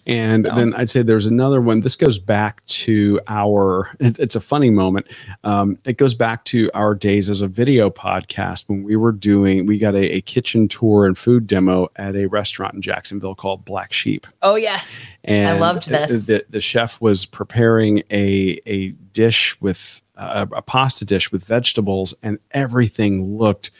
B: And
A: So-
B: then I'd say there's another one. This goes back to our, it- it's a funny moment. Um, it goes back to our days as a video podcast when we were doing, we got a, a kitchen tour and food demo at a restaurant in Jacksonville called Black Sheep.
A: Oh yes,
B: And
A: loved this.
B: The, the chef was preparing a, a dish with uh, a pasta dish with vegetables and everything looked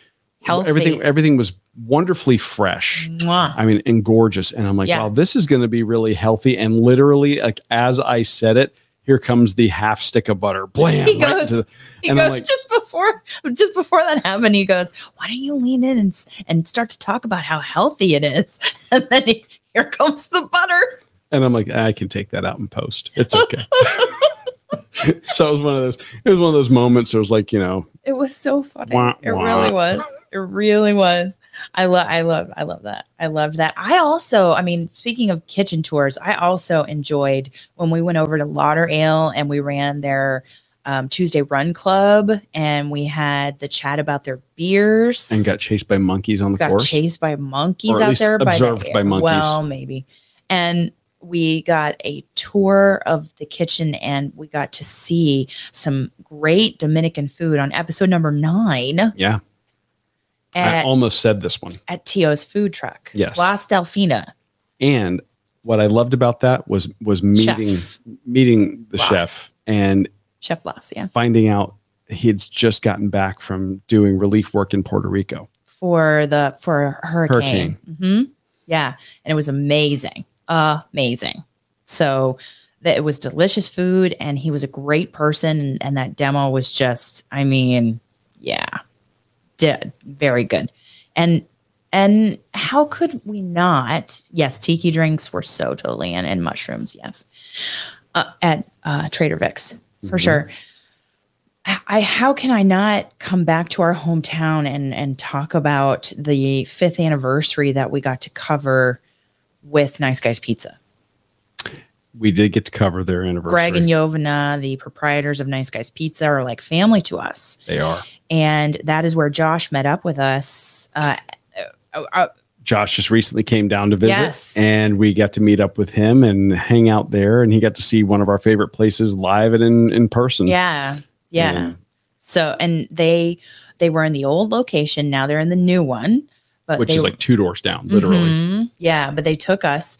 A: healthy.
B: Everything, everything was wonderfully fresh.
A: Mwah.
B: I mean, and gorgeous. And I'm like,
A: Yeah.
B: wow, this is going to be really healthy. And literally, like as I said it, here comes the half stick of butter. Blam!
A: He
B: right
A: goes-
B: into the-
A: He
B: and I'm
A: goes
B: like-
A: just before just before that happened. He goes, "Why don't you lean in and s- and start to talk about how healthy it is?" And then he, here comes the butter.
B: and I'm like, I can take that out and post. It's okay. so it was one of those. It was one of those moments. Where it was like, you know,
A: It was so funny.
B: Wah,
A: it
B: wah.
A: really was. It really was. I love. I love. I love that. I loved that. I also. I mean, speaking of kitchen tours, I also enjoyed when we went over to Lauderdale and we ran their um, Tuesday Run Club, and we had the chat about their beers
B: and got chased by monkeys on the
A: got
B: course.
A: chased by monkeys
B: Or at
A: out
B: least
A: there.
B: observed
A: by, the,
B: by monkeys.
A: Well, maybe. And we got a tour of the kitchen and we got to see some great Dominican food on episode number nine
B: Yeah, I
A: at,
B: almost said this one.
A: at Tio's food truck.
B: Yes.
A: Las Delfina.
B: And what I loved about that was was meeting
A: Chef.
B: meeting the
A: Ross.
B: chef and
A: Chef Las, yeah.
B: finding out he'd just gotten back from doing relief work in Puerto Rico.
A: For the for
B: Hurricane.
A: hurricane. Mhm. Yeah. And it was amazing. Amazing. So that it was delicious food and he was a great person and, and that demo was just i mean yeah did very good and and how could we not yes tiki drinks were so totally in and mushrooms yes uh, at uh, trader vic's for sure I- I how can I not come back to our hometown and and talk about the fifth anniversary that we got to cover with Nice Guys Pizza?
B: We did get to cover their anniversary.
A: Greg and Yovana, the proprietors of Nice Guys Pizza, are like family to us.
B: They are.
A: And that is where Josh met up with us. Uh, uh, uh,
B: Josh just recently came down to visit,
A: Yes.
B: and we got to meet up with him and hang out there. And he got to see one of our favorite places live and in, in person.
A: yeah, yeah.
B: And
A: So, and they they were in the old location. Now they're in the new one. But
B: which
A: they,
B: is like two doors down, literally.
A: Mhm. Yeah, but they took us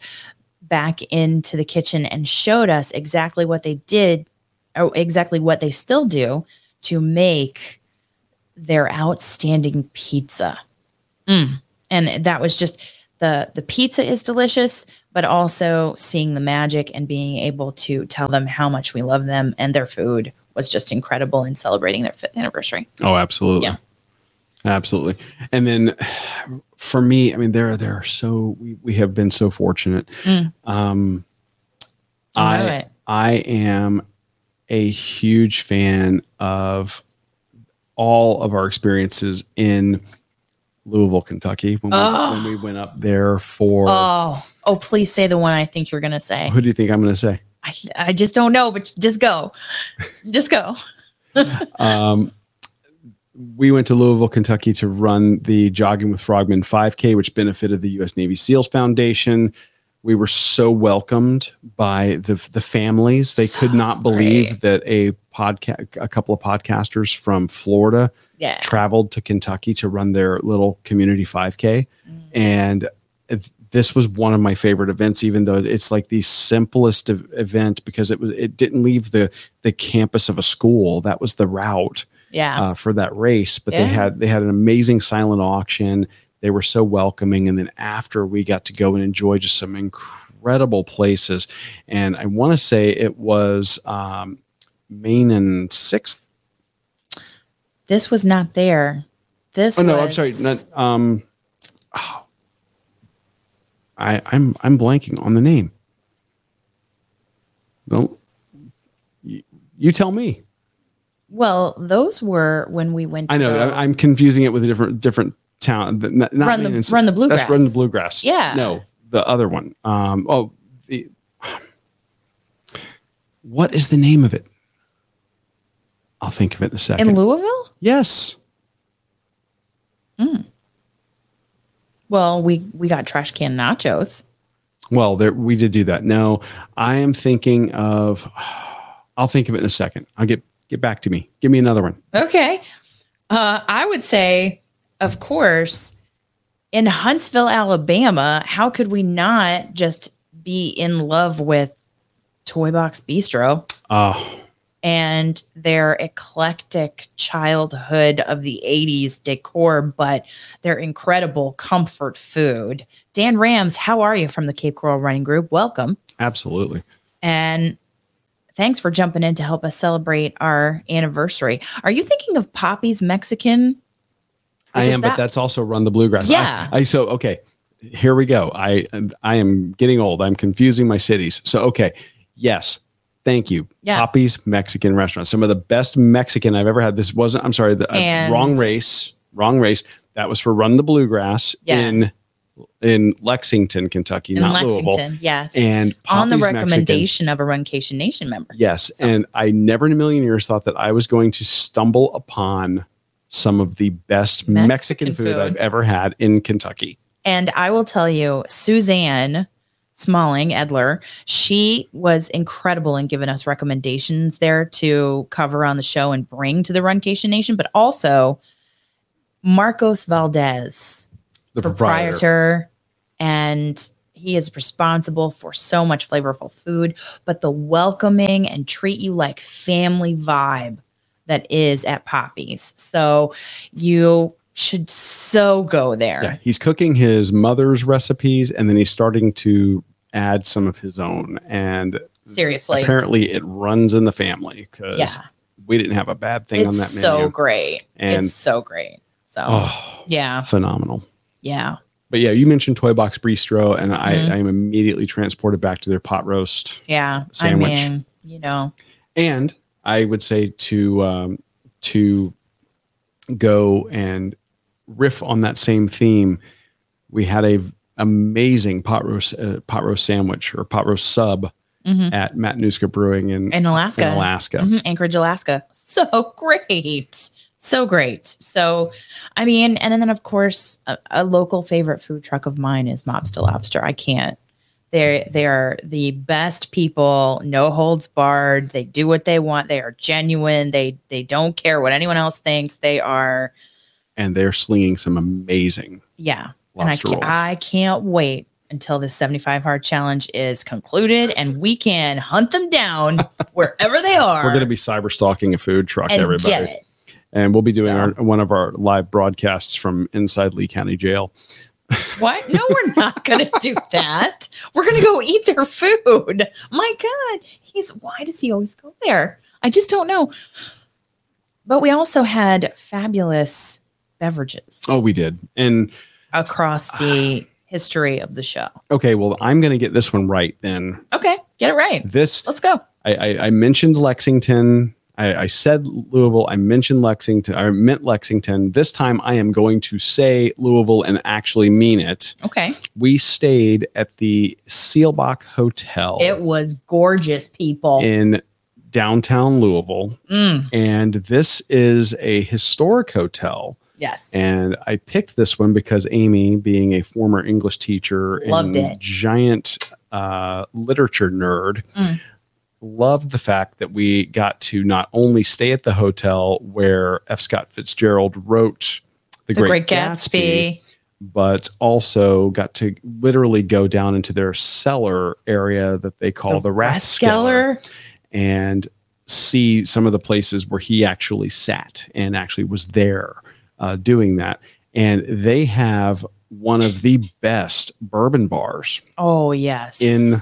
A: back into the kitchen and showed us exactly what they did, or exactly what they still do to make their outstanding pizza. Mm. And that was just the the pizza is delicious, but also seeing the magic and being able to tell them how much we love them and their food was just incredible in celebrating their fifth anniversary.
B: Oh, absolutely.
A: Yeah.
B: Absolutely. And then for me, I mean, there, there are so, we, we have been so fortunate.
A: Mm.
B: Um,
A: I know it.
B: I am a huge fan of all of our experiences in Louisville, Kentucky. When we,
A: Oh.
B: when we went up there for,
A: Oh, oh, please say the one I think you're gonna say.
B: who do you think I'm going to say?
A: I, I just don't know, but just go. just go.
B: Um, we went to Louisville, Kentucky to run the Jogging with Frogmen 5K, which benefited the U.S. Navy SEALs Foundation. We were so welcomed by the the families. They could not believe that a podcast, a couple of podcasters from Florida,
A: Yeah.
B: traveled to Kentucky to run their little community 5K.
A: Mm.
B: And it- this was one of my favorite events, even though it's like the simplest ev- event because it was it didn't leave the the campus of a school. That was the route
A: Yeah.
B: uh, for that race. But
A: Yeah.
B: they had they had an amazing silent auction. They were so welcoming, and then after we got to go and enjoy just some incredible places. And I want to say it was um, Maine and Sixth.
A: this was not there. This
B: Oh
A: was
B: no, I'm sorry. Not, um, oh. I I'm I'm blanking on the name. Don't you, you tell me?
A: Well, those were when we went. To
B: I know.
A: go-
B: I, I'm confusing it with a different different town. but Not, not-
A: Oh. Run the-
B: it's-
A: Run the
B: That's run the
A: Bluegrass.
B: bluegrass.
A: Yeah.
B: No, the other one. Um. Oh, the. What is the name of it? I'll think of it in a second.
A: in Louisville. Hmm.
B: yes.
A: Well, we we got trash can nachos.
B: Well, there we did do that. No, I am thinking of. I'll think of it in a second. I'll get get back to me. Give me another one.
A: Okay, uh, I would say, of course, in Huntsville, Alabama. How could we not just be in love with Toy Box Bistro?
B: Uh,
A: and their eclectic childhood of the 80s decor, but their incredible comfort food. Dan Rams, how are you from the Cape Coral Running Group? Welcome.
B: absolutely.
A: And thanks for jumping in to help us celebrate our anniversary. Are you thinking of Poppy's Mexican?
B: I
A: Because
B: am, but
A: that-
B: that's also run the bluegrass. I-
A: Yeah.
B: I, so okay. Here we go. I I am getting old. I'm confusing my cities. So okay. Yes. Thank you.
A: Yeah.
B: Poppy's Mexican restaurant. Some of the best Mexican I've ever had. This wasn't. I'm sorry. The, uh,
A: And-
B: wrong race. Wrong race. That was for Run the Bluegrass
A: Yeah.
B: in in Lexington, Kentucky,
A: In
B: not
A: Lexington,
B: Louisville.
A: yes.
B: And
A: On the
B: Poppy's Mexican-
A: recommendation of a Runcation Nation member.
B: Yes. And I never in a million years thought that I was going to stumble upon some of the best Mexican,
A: Mexican
B: food,
A: food.
B: I've ever had in Kentucky.
A: And I will tell you, Suzanne Smalling Edler, she was incredible in giving us recommendations there to cover on the show and bring to the Runcation Nation, but also Marcos Valdez,
B: The
A: proprietor, and he is responsible for so much flavorful food, but the welcoming and treat you like family vibe that is at Poppy's. So you should so go there.
B: Yeah, he's cooking his mother's recipes and then he's starting to add some of his own. And
A: Seriously.
B: apparently it runs in the family because
A: Yeah.
B: we didn't have a bad thing
A: it's
B: on that menu.
A: so great.
B: And-
A: it's so great. So
B: oh,
A: yeah,
B: phenomenal.
A: yeah.
B: But yeah, you mentioned Toy Box Bistro, and I,
A: Mhm.
B: I am immediately transported back to their pot roast.
A: Yeah.
B: Sandwich.
A: I mean, you know,
B: and I would say to um, to go and riff on that same theme. We had a v- amazing pot roast uh, pot roast sandwich or pot roast sub
A: Mhm.
B: at Matanuska Brewing in, in
A: in Alaska.
B: Alaska.
A: Mhm, Anchorage, Alaska. So great. So great. So, I mean, and then of course, a, a local favorite food truck of mine is Mobster Lobster. I can't. They're, they are the best people, no holds barred. They do what they want. They are genuine. They they don't care what anyone else thinks. They are,
B: and they're slinging some amazing
A: yeah, and I
B: lobster
A: can't,
B: rolls.
A: I can't wait until this 75 hard challenge is concluded and we can hunt them down wherever they are
B: We're going to be cyber stalking a food truck,
A: and
B: everybody,
A: get it.
B: and we'll be doing
A: So-
B: our, one of our live broadcasts from inside Lee County Jail.
A: What? No, we're not going to do that. We're going to go eat their food. My God. He's, why does he always go there? I just don't know. But we also had fabulous beverages.
B: Oh, we did, and
A: Across the history of the show.
B: okay, well, I'm going to get this one right then.
A: Okay. Get it right.
B: This
A: Let's go.
B: I, I, I mentioned Lexington. I, I said Louisville. I mentioned Lexington. I meant Lexington. This time I am going to say Louisville and actually mean it.
A: Okay.
B: We stayed at the Sealbach Hotel
A: It was gorgeous, people.
B: in downtown Louisville.
A: Mm,
B: And this is a historic hotel.
A: yes.
B: And I picked this one because Amy, being a former English teacher
A: Loved
B: and
A: it.
B: giant uh, literature nerd,
A: Mm.
B: loved the fact that we got to not only stay at the hotel where F. Scott Fitzgerald wrote The,
A: the Great, Gatsby.
B: but also got to literally go down into their cellar area that they call the, Rathskeller
A: Rathskeller.
B: and see some of the places where he actually sat and actually was there uh, doing that. And they have one of the best bourbon bars
A: Oh, yes.
B: in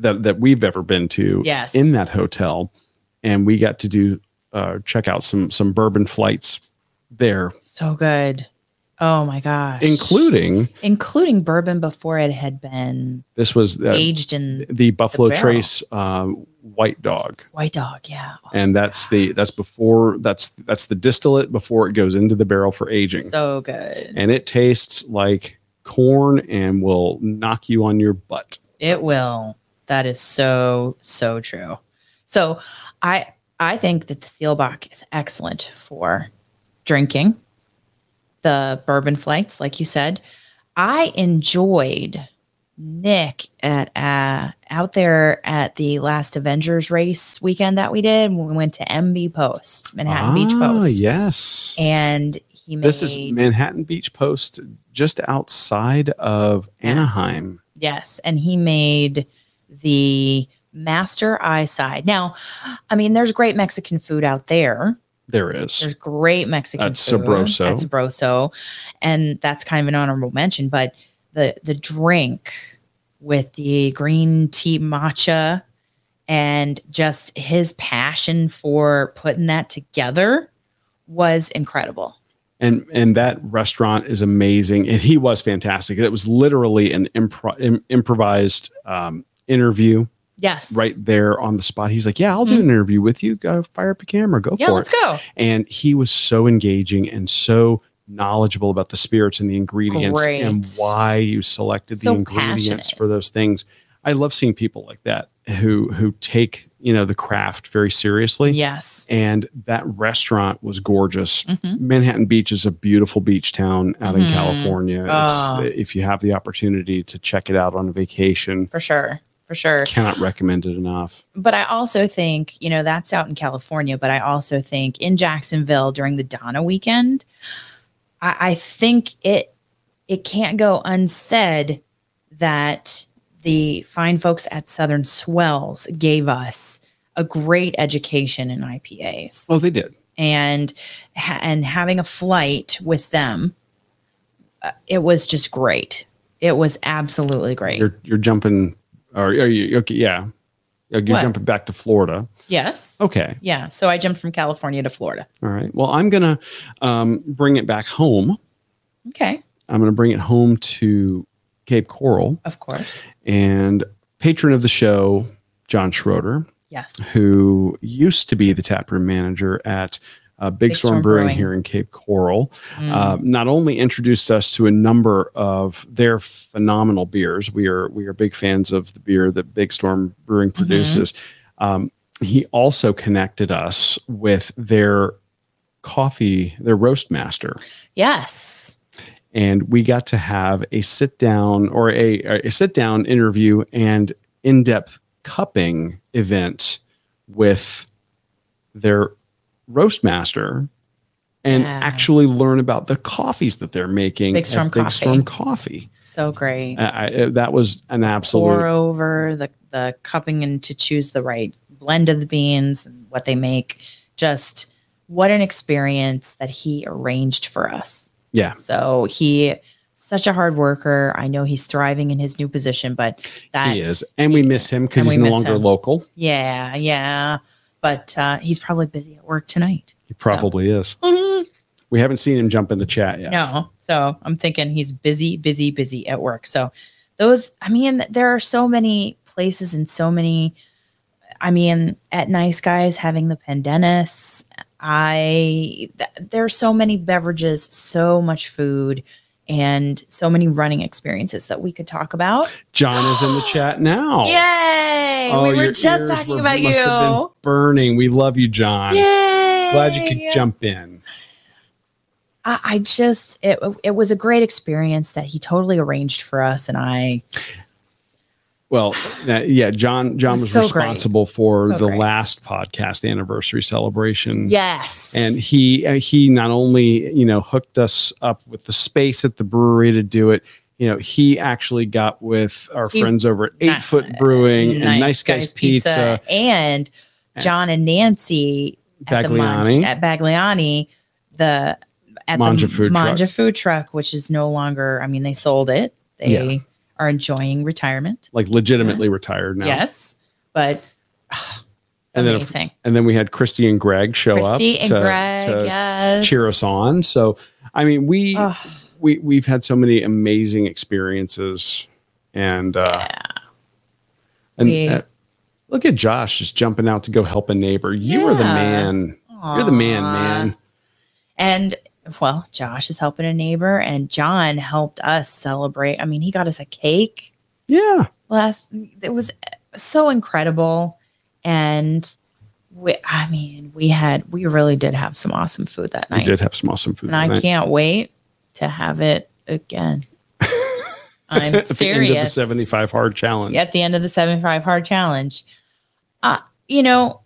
B: that that we've ever been to
A: Yes.
B: in that hotel, and we got to do uh, check out some some bourbon flights there,
A: so good. Oh, my gosh.
B: including
A: including bourbon before it had been
B: this was uh,
A: aged in
B: the Buffalo
A: barrel.
B: Trace um, white dog,
A: White dog, yeah. Oh,
B: and that's the that's before that's that's the distillate before it goes into the barrel for aging,
A: so good.
B: and it tastes like corn and will knock you on your butt.
A: It will. That is so so true. So I I think that the Seelbach is excellent for drinking the bourbon flights, like you said. I enjoyed Nick at uh, out there at the last Avengers race weekend that we did when we went to MB Post, Manhattan Beach
B: Ah,
A: Post,
B: Yes.
A: and he made
B: This is Manhattan Beach Post, just outside of Anaheim.
A: Yes, and he made the master eye side. Now, I mean, there's great Mexican food out there.
B: There is.
A: There's great Mexican
B: At
A: food
B: Sabroso.
A: at Sabroso, and that's kind of an honorable mention. But the the drink with the green tea matcha and just his passion for putting that together was incredible.
B: And and that restaurant is amazing. And he was fantastic. It was literally an impro- im- improvised um, interview
A: Yes, Mm-hmm.
B: right there on the spot. He's like, "Yeah, I'll do an interview with you. Go fire up a camera. Go
A: Yeah,
B: for
A: let's
B: it."
A: go.
B: And he was so engaging and so knowledgeable about the spirits and the ingredients
A: Great.
B: and why you selected
A: So
B: the ingredients
A: passionate.
B: for those things. I love seeing people like that who who take, you know, the craft very seriously.
A: Yes.
B: And that restaurant was gorgeous.
A: Mhm.
B: Manhattan Beach is a beautiful beach town out
A: Mhm.
B: in California.
A: Ah.
B: It's, if you have the opportunity to check it out on vacation,
A: For sure. For sure.
B: cannot recommend it enough.
A: but I also think, you know, that's out in California, but I also think in Jacksonville during the Donna weekend, I, I think it it can't go unsaid that the fine folks at Southern Swells gave us a great education in IPAs
B: Oh, they did.
A: and ha- and having a flight with them uh, it was just great. It was absolutely great.
B: You're you're jumping or are you okay, yeah. You're
A: What?
B: jumping back to Florida.
A: yes.
B: Okay.
A: Yeah, so I jumped from California to Florida.
B: All right. Well, I'm going to um, bring it back home.
A: Okay.
B: I'm going to bring it home to Cape Coral
A: Of course.
B: and patron of the show, John Schroeder,
A: Yes.
B: who used to be the taproom manager at uh, Big,
A: Big
B: Storm,
A: Storm
B: Brewing,
A: Brewing.
B: here in Cape Coral,
A: Mm.
B: uh, not only introduced us to a number of their phenomenal beers. We are we are big fans of the beer that Big Storm Brewing
A: Mm-hmm.
B: produces. Um, he also connected us with their coffee, their roast master.
A: yes.
B: and we got to have a sit down or a, a sit down interview and in depth cupping event with their roast master and
A: Yeah.
B: actually learn about the coffees that they're making
A: Big Storm
B: at Big
A: Coffee.
B: Storm Coffee.
A: So great.
B: I, I, that was an absolute
A: Pour over the, the cupping and to choose the right blend of the beans and what they make. Just what an experience that he arranged for us.
B: yeah.
A: So he such a hard worker. I know he's thriving in his new position, but that
B: He is, and we miss him because
A: And
B: he's
A: we
B: no
A: miss
B: longer
A: him.
B: local.
A: yeah, yeah. But uh, he's probably busy at work tonight.
B: He probably is.
A: Mhm.
B: We haven't seen him jump in the chat yet.
A: No. So I'm thinking he's busy, busy, busy at work. So those, I mean, there are so many places and so many. I mean, at Nice Guys having the Pendennis, I th- there are so many beverages, so much food, and so many running experiences that we could talk about.
B: John is in the chat now. Oh,
A: Yay! we were
B: your
A: just
B: ears
A: talking
B: were-
A: about
B: must have been
A: you.
B: burning. We love you, John.
A: Yay!
B: Glad you could jump in.
A: I, I just it it was a great experience that he totally arranged for us, and I
B: Well, that- yeah, John. John was
A: So great.
B: responsible for
A: So
B: the
A: great.
B: last podcast anniversary celebration.
A: yes,
B: And he uh, he not only you know hooked us up with the space at the brewery to do it, you know he actually got with our
A: He-
B: friends over at
A: Ni-
B: Eight Foot Brewing and Nice Guys, Pizza,
A: and John and Nancy at the Mon-
B: Bagliani.
A: at Bagliani, the at
B: Manja
A: the
B: food truck.
A: Manja food truck, which is no longer. I mean, they sold it. They are enjoying retirement.
B: like legitimately retired now.
A: Yes, but
B: And then
A: amazing.
B: and then we had Christy and Greg show
A: Christy
B: up
A: and
B: to-
A: Greg,
B: to
A: yes,
B: cheer us on. So, I mean, we
A: Ugh.
B: we we've had so many amazing experiences, and uh, and
A: We-
B: uh, Look at Josh just jumping out to go help a neighbor. You are the
A: Yeah.
B: man. You're the man, man.
A: And well, Josh is helping a neighbor, and John helped us celebrate. I mean, he got us a cake
B: Yeah.
A: last. It was so incredible, and we, I mean, we had we really did have some awesome food that
B: We
A: night,
B: did have some awesome food.
A: and I
B: tonight.
A: can't wait to have it again. I'm
B: At the end
A: serious.
B: of the 75 hard challenge.
A: at the end of the 75 hard challenge. Uh, you know,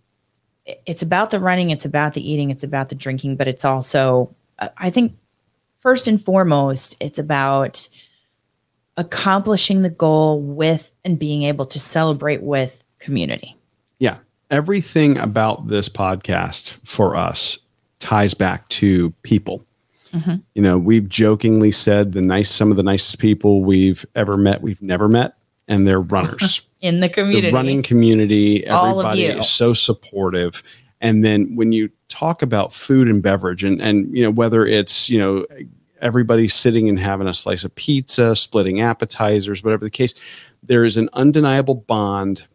A: i- it's about the running, it's about the eating, it's about the drinking, but it's also, uh, I think, first and foremost, it's about accomplishing the goal with and being able to celebrate with community.
B: Yeah. Everything about this podcast for us ties back to people.
A: Mhm.
B: You know, we've jokingly said the nice, some of the nicest people we've ever met, we've never met, and they're runners.
A: In the community,
B: the running community,
A: All of
B: everybody
A: you.
B: is so supportive. And then when you talk about food and beverage, and and you know whether it's you know everybody sitting and having a slice of pizza, splitting appetizers, whatever the case, there is an undeniable bond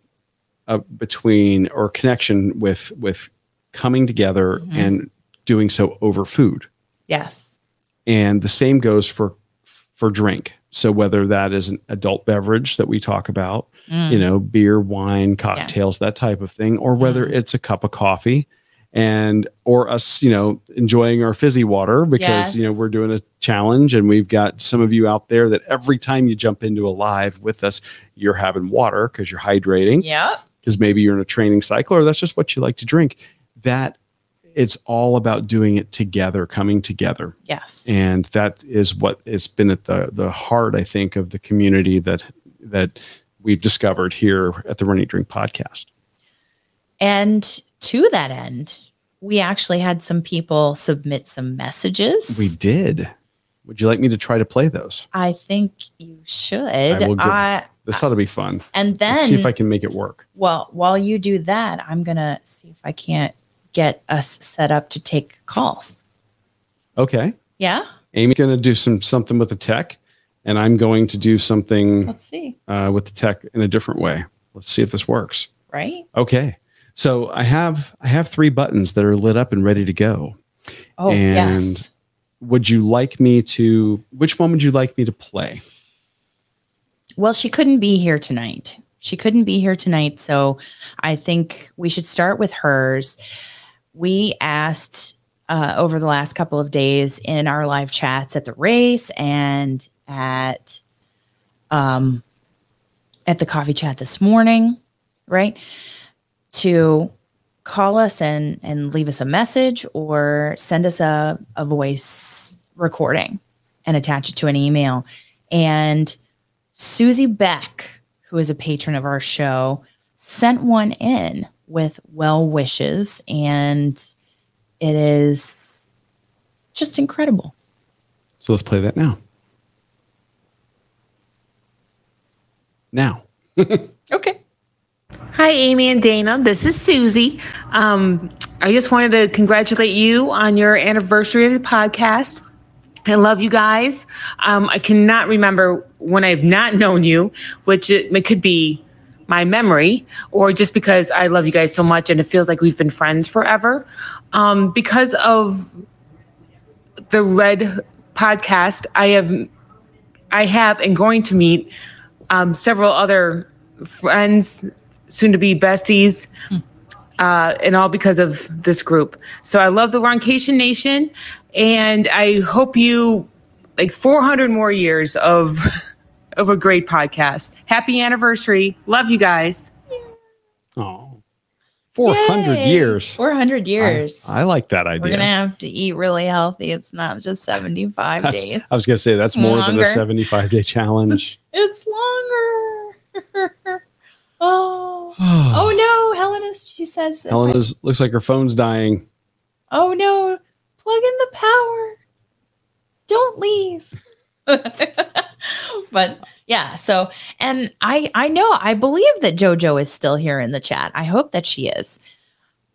B: uh, between or connection with with coming together
A: Mhm.
B: and doing so over food
A: yes,
B: and the same goes for for drink so whether that is an adult beverage that we talk about
A: Mm.
B: you know beer wine cocktails that type of thing or whether
A: Mm.
B: it's a cup of coffee and or us you know enjoying our fizzy water because you know
A: Yes.
B: we're doing a challenge and we've got some of you out there that every time you jump into a live with us you're having water because you're hydrating
A: yep,
B: because maybe you're in a training cycle or that's just what you like to drink that it's all about doing it together coming together
A: yes,
B: and that is what it's been at the the heart i think of the community that that we've discovered here at the running drink podcast
A: and to that end. We actually had some people submit some messages.
B: we did would you like me to try to play those
A: I think you should.
B: will give-
A: I-
B: this ought to be fun
A: and then
B: Let's see if i can make it work
A: well, while you do that, I'm gonna see if I can't get us set up to take calls.
B: okay
A: Yeah,
B: amy's going to do some something with the tech and i'm going to do something
A: let's see.
B: uh, with the tech in a different way let's see if this works
A: Right?
B: okay so i have i have three buttons that are lit up and ready to go
A: Oh
B: And-
A: yes.
B: would you like me to which one would you like me to play
A: Well, she couldn't be here tonight. She couldn't be here tonight, so I think we should start with hers. We asked uh, over the last couple of days in our live chats at the race and at um, at the coffee chat this morning, right? To call us and and leave us a message or send us a, a voice recording and attach it to an email. And Susie Beck, who is a patron of our show, sent one in with well wishes, and it is just incredible.
B: So let's play that now. Now.
A: Okay.
C: Hi, Amy and Dana. This is Susie. Um, I just wanted to congratulate you on your anniversary of the podcast. I love you guys. Um, I cannot remember when I've not known you, which it, it could be my memory or just because I love you guys so much and it feels like we've been friends forever. Um, because of the Red podcast, I have, I have, and going to meet um, several other friends, soon to be besties, uh, and all because of this group. So I love the Roncation Nation, and I hope you like 400 more years of of a great podcast. Happy anniversary! Love you guys.
B: Oh. 400
A: Yay!
B: years.
A: 400 years.
B: I, I like that
A: We're going to
B: idea.
A: have to eat really healthy. It's not just 75
B: That's-
A: days,
B: I was going to say that's more than
A: Longer.
B: a 75 day challenge.
A: it's longer. oh.
B: oh,
A: Oh no, Helena, she says. if I-
B: Helen is, looks like her phone's dying.
A: Oh no, plug in the power. Don't leave. but yeah, so and I I know I believe that JoJo is still here in the chat. I hope that she is.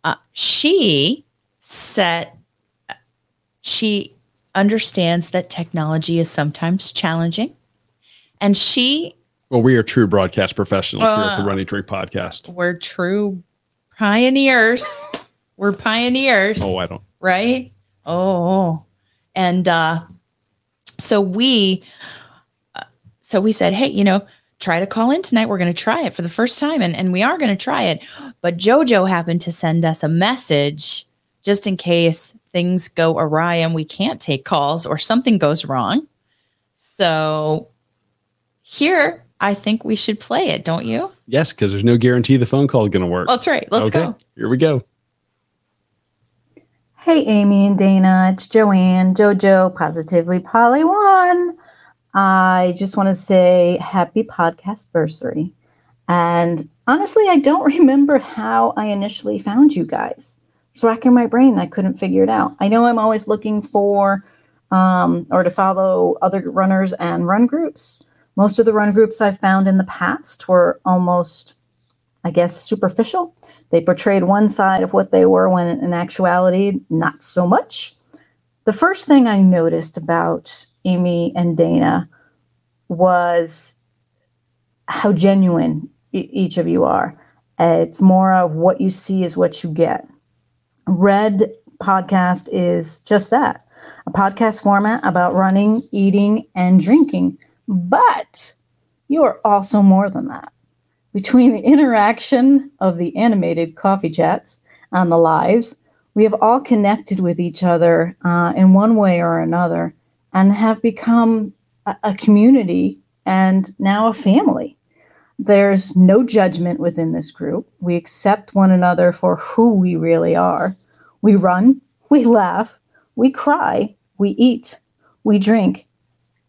A: Uh, she said she understands that technology is sometimes challenging and she
B: Well, we are true broadcast professionals here at the Runny Drink Podcast.
A: We're true pioneers. We're pioneers.
B: Oh, I don't.
A: right? Oh, and uh, so we, uh, so we said, hey, you know, try to call in tonight. We're going to try it for the first time, and and we are going to try it. But JoJo happened to send us a message just in case things go awry and we can't take calls or something goes wrong. So here, I think we should play it, don't you?
B: Yes, because there's no guarantee the phone call is going to work.
A: That's right. Let's go.
B: Here we go.
D: Hey, Amy and Dana, it's Joanne, JoJo, Positively Polly One. I just want to say happy podcast anniversary. And honestly, I don't remember how I initially found you guys. It's racking my brain. and I couldn't figure it out. I know I'm always looking for um, or to follow other runners and run groups. Most of the run groups I've found in the past were almost, I guess, superficial they portrayed one side of what they were when in actuality not so much the first thing i noticed about amy and dana was how genuine e- each of you are Uh, it's more of what you see is what you get red podcast is just that a podcast format about running eating and drinking but you are also more than that between the interaction of the animated coffee chats and the lives, we have all connected with each other uh, in one way or another and have become a, a community and now a family. There's no judgment within this group. We accept one another for who we really are. We run, we laugh, we cry, we eat, we drink,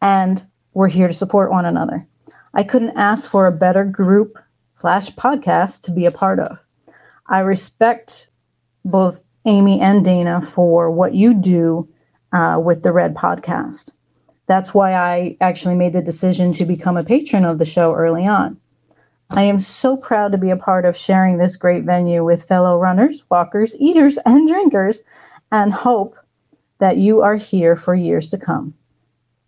D: and we're here to support one another. I couldn't ask for a better group slash podcast to be a part of. I respect both Amy and Dana for what you do uh, with the Red Podcast. That's why I actually made the decision to become a patron of the show early on. I am so proud to be a part of sharing this great venue with fellow runners, walkers, eaters, and drinkers, and hope that you are here for years to come.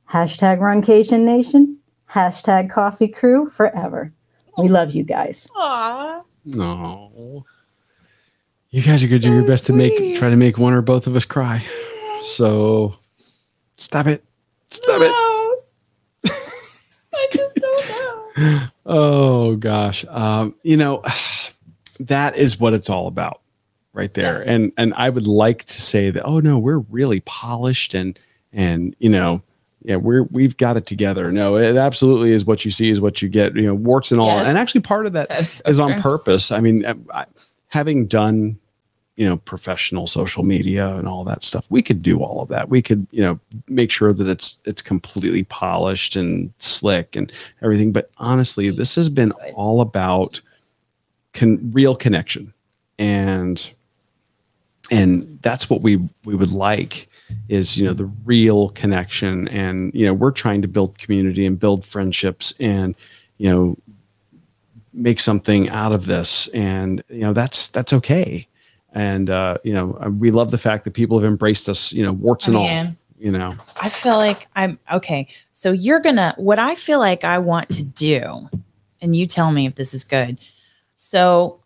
D: Hashtag Runcation Nation, hashtag Coffee Crew forever. We love you guys.
C: Aw.
B: No. You guys are going to do your best to make try to make one or both of us cry. So stop it. Stop it.
A: I just don't know.
B: Oh gosh. Um, you know, that is what it's all about right there. And and I would like to say that oh no, we're really polished and and you know, yeah, we're we've got it together. No, it absolutely is what you see is what you get, you know, warts and all.
A: Yes.
B: And actually part of that
A: That's so
B: is on
A: true.
B: purpose. I mean, I, I, having done you know professional social media and all that stuff we could do all of that we could you know make sure that it's it's completely polished and slick and everything but honestly this has been all about con- real connection and and that's what we we would like is you know the real connection and you know we're trying to build community and build friendships and you know make something out of this and you know that's that's okay and uh you know uh, we love the fact that people have embraced us you know warts and all
A: Man.
B: you know
A: I feel like I'm okay. So you're gonna what I feel like I want to do, and you tell me if this is good. So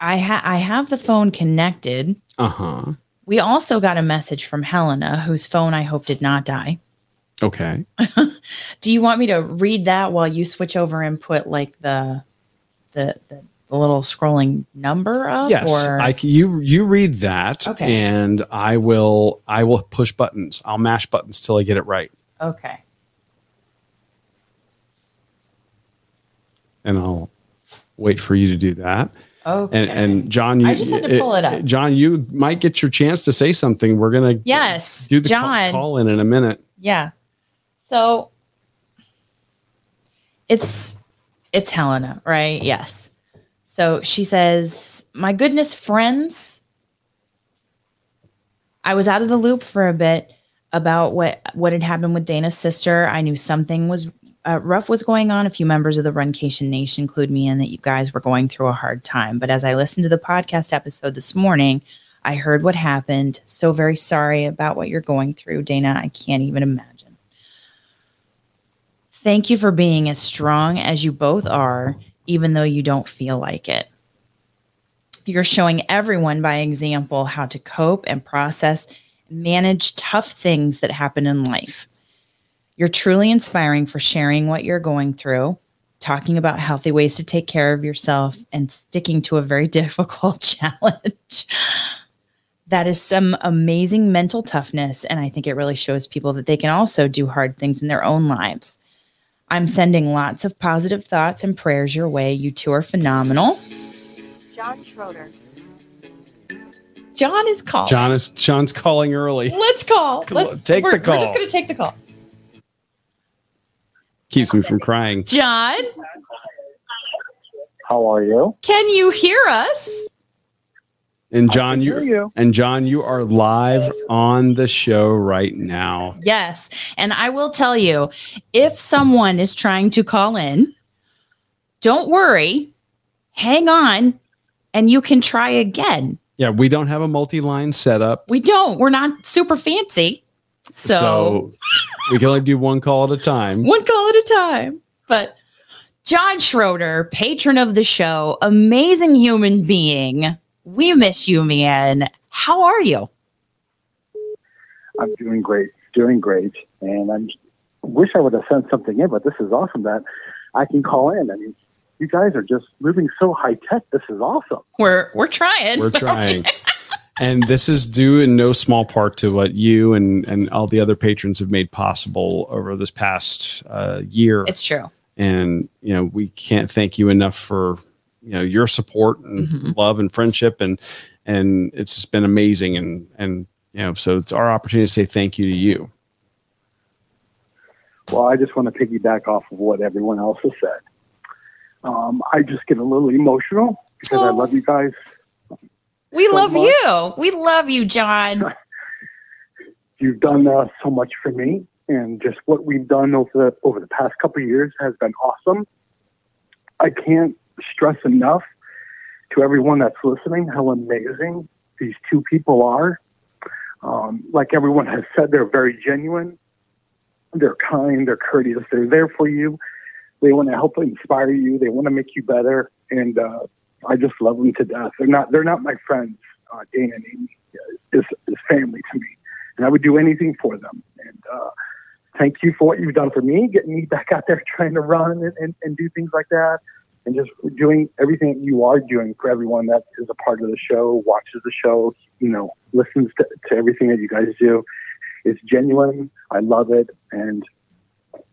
A: I ha- I have the phone connected.
B: uh-huh
A: We also got a message from Helena, whose phone I hope did not die.
B: okay
A: Do you want me to read that while you switch over and put like the the the, the little scrolling number up?
B: yes
A: or
B: i c- you you read that
A: Okay.
B: and i will i will push buttons i'll mash buttons till i get it right
A: okay.
B: and i'll wait for you to do that
A: Okay.
B: and and john you
A: I just had to pull it up.
B: john you might get your chance to say something we're gonna
A: yes,
B: do the ca-
A: John.
B: call in in a minute
A: Yeah. So it's it's Helena, right? Yes. So she says, "My goodness, friends, I was out of the loop for a bit about what what had happened with Dana's sister. I knew something was uh, rough was going on. A few members of the Runcation Nation clued me in that you guys were going through a hard time. But as I listened to the podcast episode this morning, I heard what happened. So very sorry about what you're going through, Dana. I can't even imagine. Thank you for being as strong as you both are, even though you don't feel like it. You're showing everyone by example how to cope and process and manage tough things that happen in life. You're truly inspiring for sharing what you're going through, talking about healthy ways to take care of yourself, and sticking to a very difficult challenge. that is some amazing mental toughness. And I think it really shows people that they can also do hard things in their own lives. I'm sending lots of positive thoughts and prayers your way. You two are phenomenal.
E: John Schroeder.
A: John is calling.
B: John is John's calling early.
A: Let's call.
B: Come on,
A: Let's,
B: take
A: we're-
B: the call.
A: We're just going to take the call.
B: Keeps me from crying.
A: John,
F: How are you?
A: can you hear us?
B: And John,
F: Hear
B: you
F: you.
B: and John, you are live on the show right now.
A: Yes. And I will tell you if someone is trying to call in, don't worry, hang on, and you can try again.
B: Yeah, we don't have a multi-line setup,
A: We don't, we're not super fancy.
B: so,
A: So,
B: we can only do one call at a time.
A: one call at a time. But John Schroeder, patron of the show, amazing human being. We miss you, man. How are you?
F: I'm doing great, doing great, and I'm wish I would have sent something in, but this is awesome that I can call in. I mean, you guys are just moving so high tech. This is awesome.
A: We're we're trying.
B: We're trying. And this is due in no small part to what you and, and all the other patrons have made possible over this past uh, year.
A: It's true.
B: and you know we can't thank you enough for you know your support and
A: Mhm.
B: love and friendship and and it's just been amazing and and you know so it's our opportunity to say thank you to you
F: Well, I just want to piggyback off of what everyone else has said. Um, I just get a little emotional because I
A: Oh.
F: love you guys.
A: We
F: So
A: love
F: much.
A: you. We love you, John.
F: You've done uh, so much for me, and just what we've done over the, over the past couple of years has been awesome. I can't stress enough to everyone that's listening how amazing these two people are. Um, like everyone has said, they're very genuine. They're kind. They're courteous. They're there for you. They want to help inspire you. They want to make you better. And uh, I just love them to death. They're not. They're not my friends. Uh, Dana and Amy is, is family to me, and I would do anything for them. And uh, thank you for what you've done for me, getting me back out there trying to run and, and, and do things like that, and just doing everything you are doing for everyone that is a part of the show, watches the show, you know, listens to, to everything that you guys do. It's genuine. I love it, and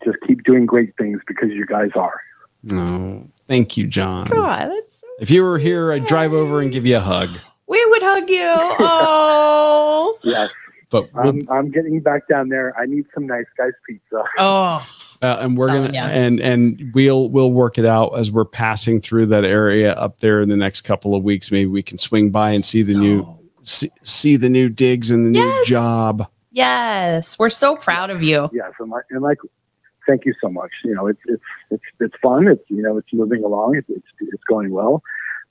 F: just keep doing great things because you guys are.
B: no thank you john
A: God, that's so-
B: if you were here i'd drive over and give you a hug
A: we would hug you. Oh.
F: Yes,
B: but we'll-
F: I'm, I'm getting back down there. I need some nice guys pizza.
A: Oh.
B: uh, and we're
A: Telling
B: gonna
A: ya.
B: and and we'll we'll work it out as we're passing through that area up there in the next couple of weeks maybe we can swing by and see the new see, see the new digs and the
A: Yes.
B: new job
A: Yes. We're so proud of you.
F: yes, and like, and like, thank you so much. You know, it's it's it's it's fun. It's you know, it's moving along. It's it's, it's going well.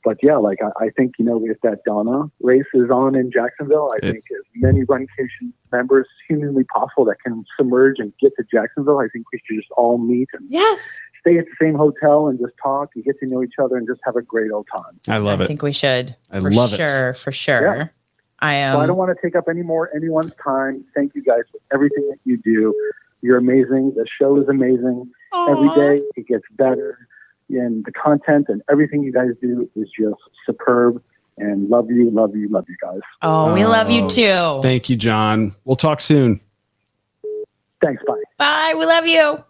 F: But yeah, like I, I think you know, if that Donna race is on in Jacksonville, I
B: Yeah.
F: think as many Run Nation members humanly possible that can submerge and get to Jacksonville, I think we should just all meet and
C: Yes.
F: stay at the same hotel and just talk and get to know each other and just have a great old time.
B: i love
A: I
B: it
A: think we should.
B: I
A: for
B: love it.
A: sure, For sure. I am.
F: So I don't want to take up any more anyone's time. Thank you guys for everything that you do. You're amazing. The show is amazing. every day it gets better and the content and everything you guys do is just superb and love you love you love you guys
A: Oh, we love you
B: Oh,
A: too.
B: Thank you, John. We'll talk soon.
F: thanks bye
A: Bye. We love you.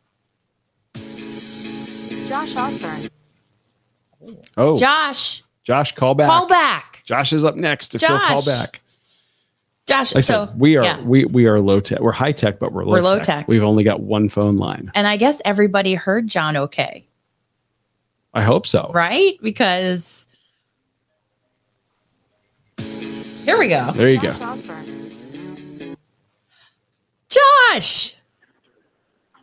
E: Josh Osborne.
B: Oh,
A: Josh,
B: Josh, call back.
A: call back.
B: Josh is up next. If you'll call
A: Josh.
B: back.
A: Josh,
B: Like I
A: so
B: said, we are
A: yeah.
B: we we are low tech. We're high tech, but we're low,
A: We're low
B: tech.
A: tech.
B: We've only got one phone line.
A: and I guess everybody heard John okay,
B: I hope so.
A: right? Because here we go.
B: There you go.
E: Josh Osborne.
A: Josh,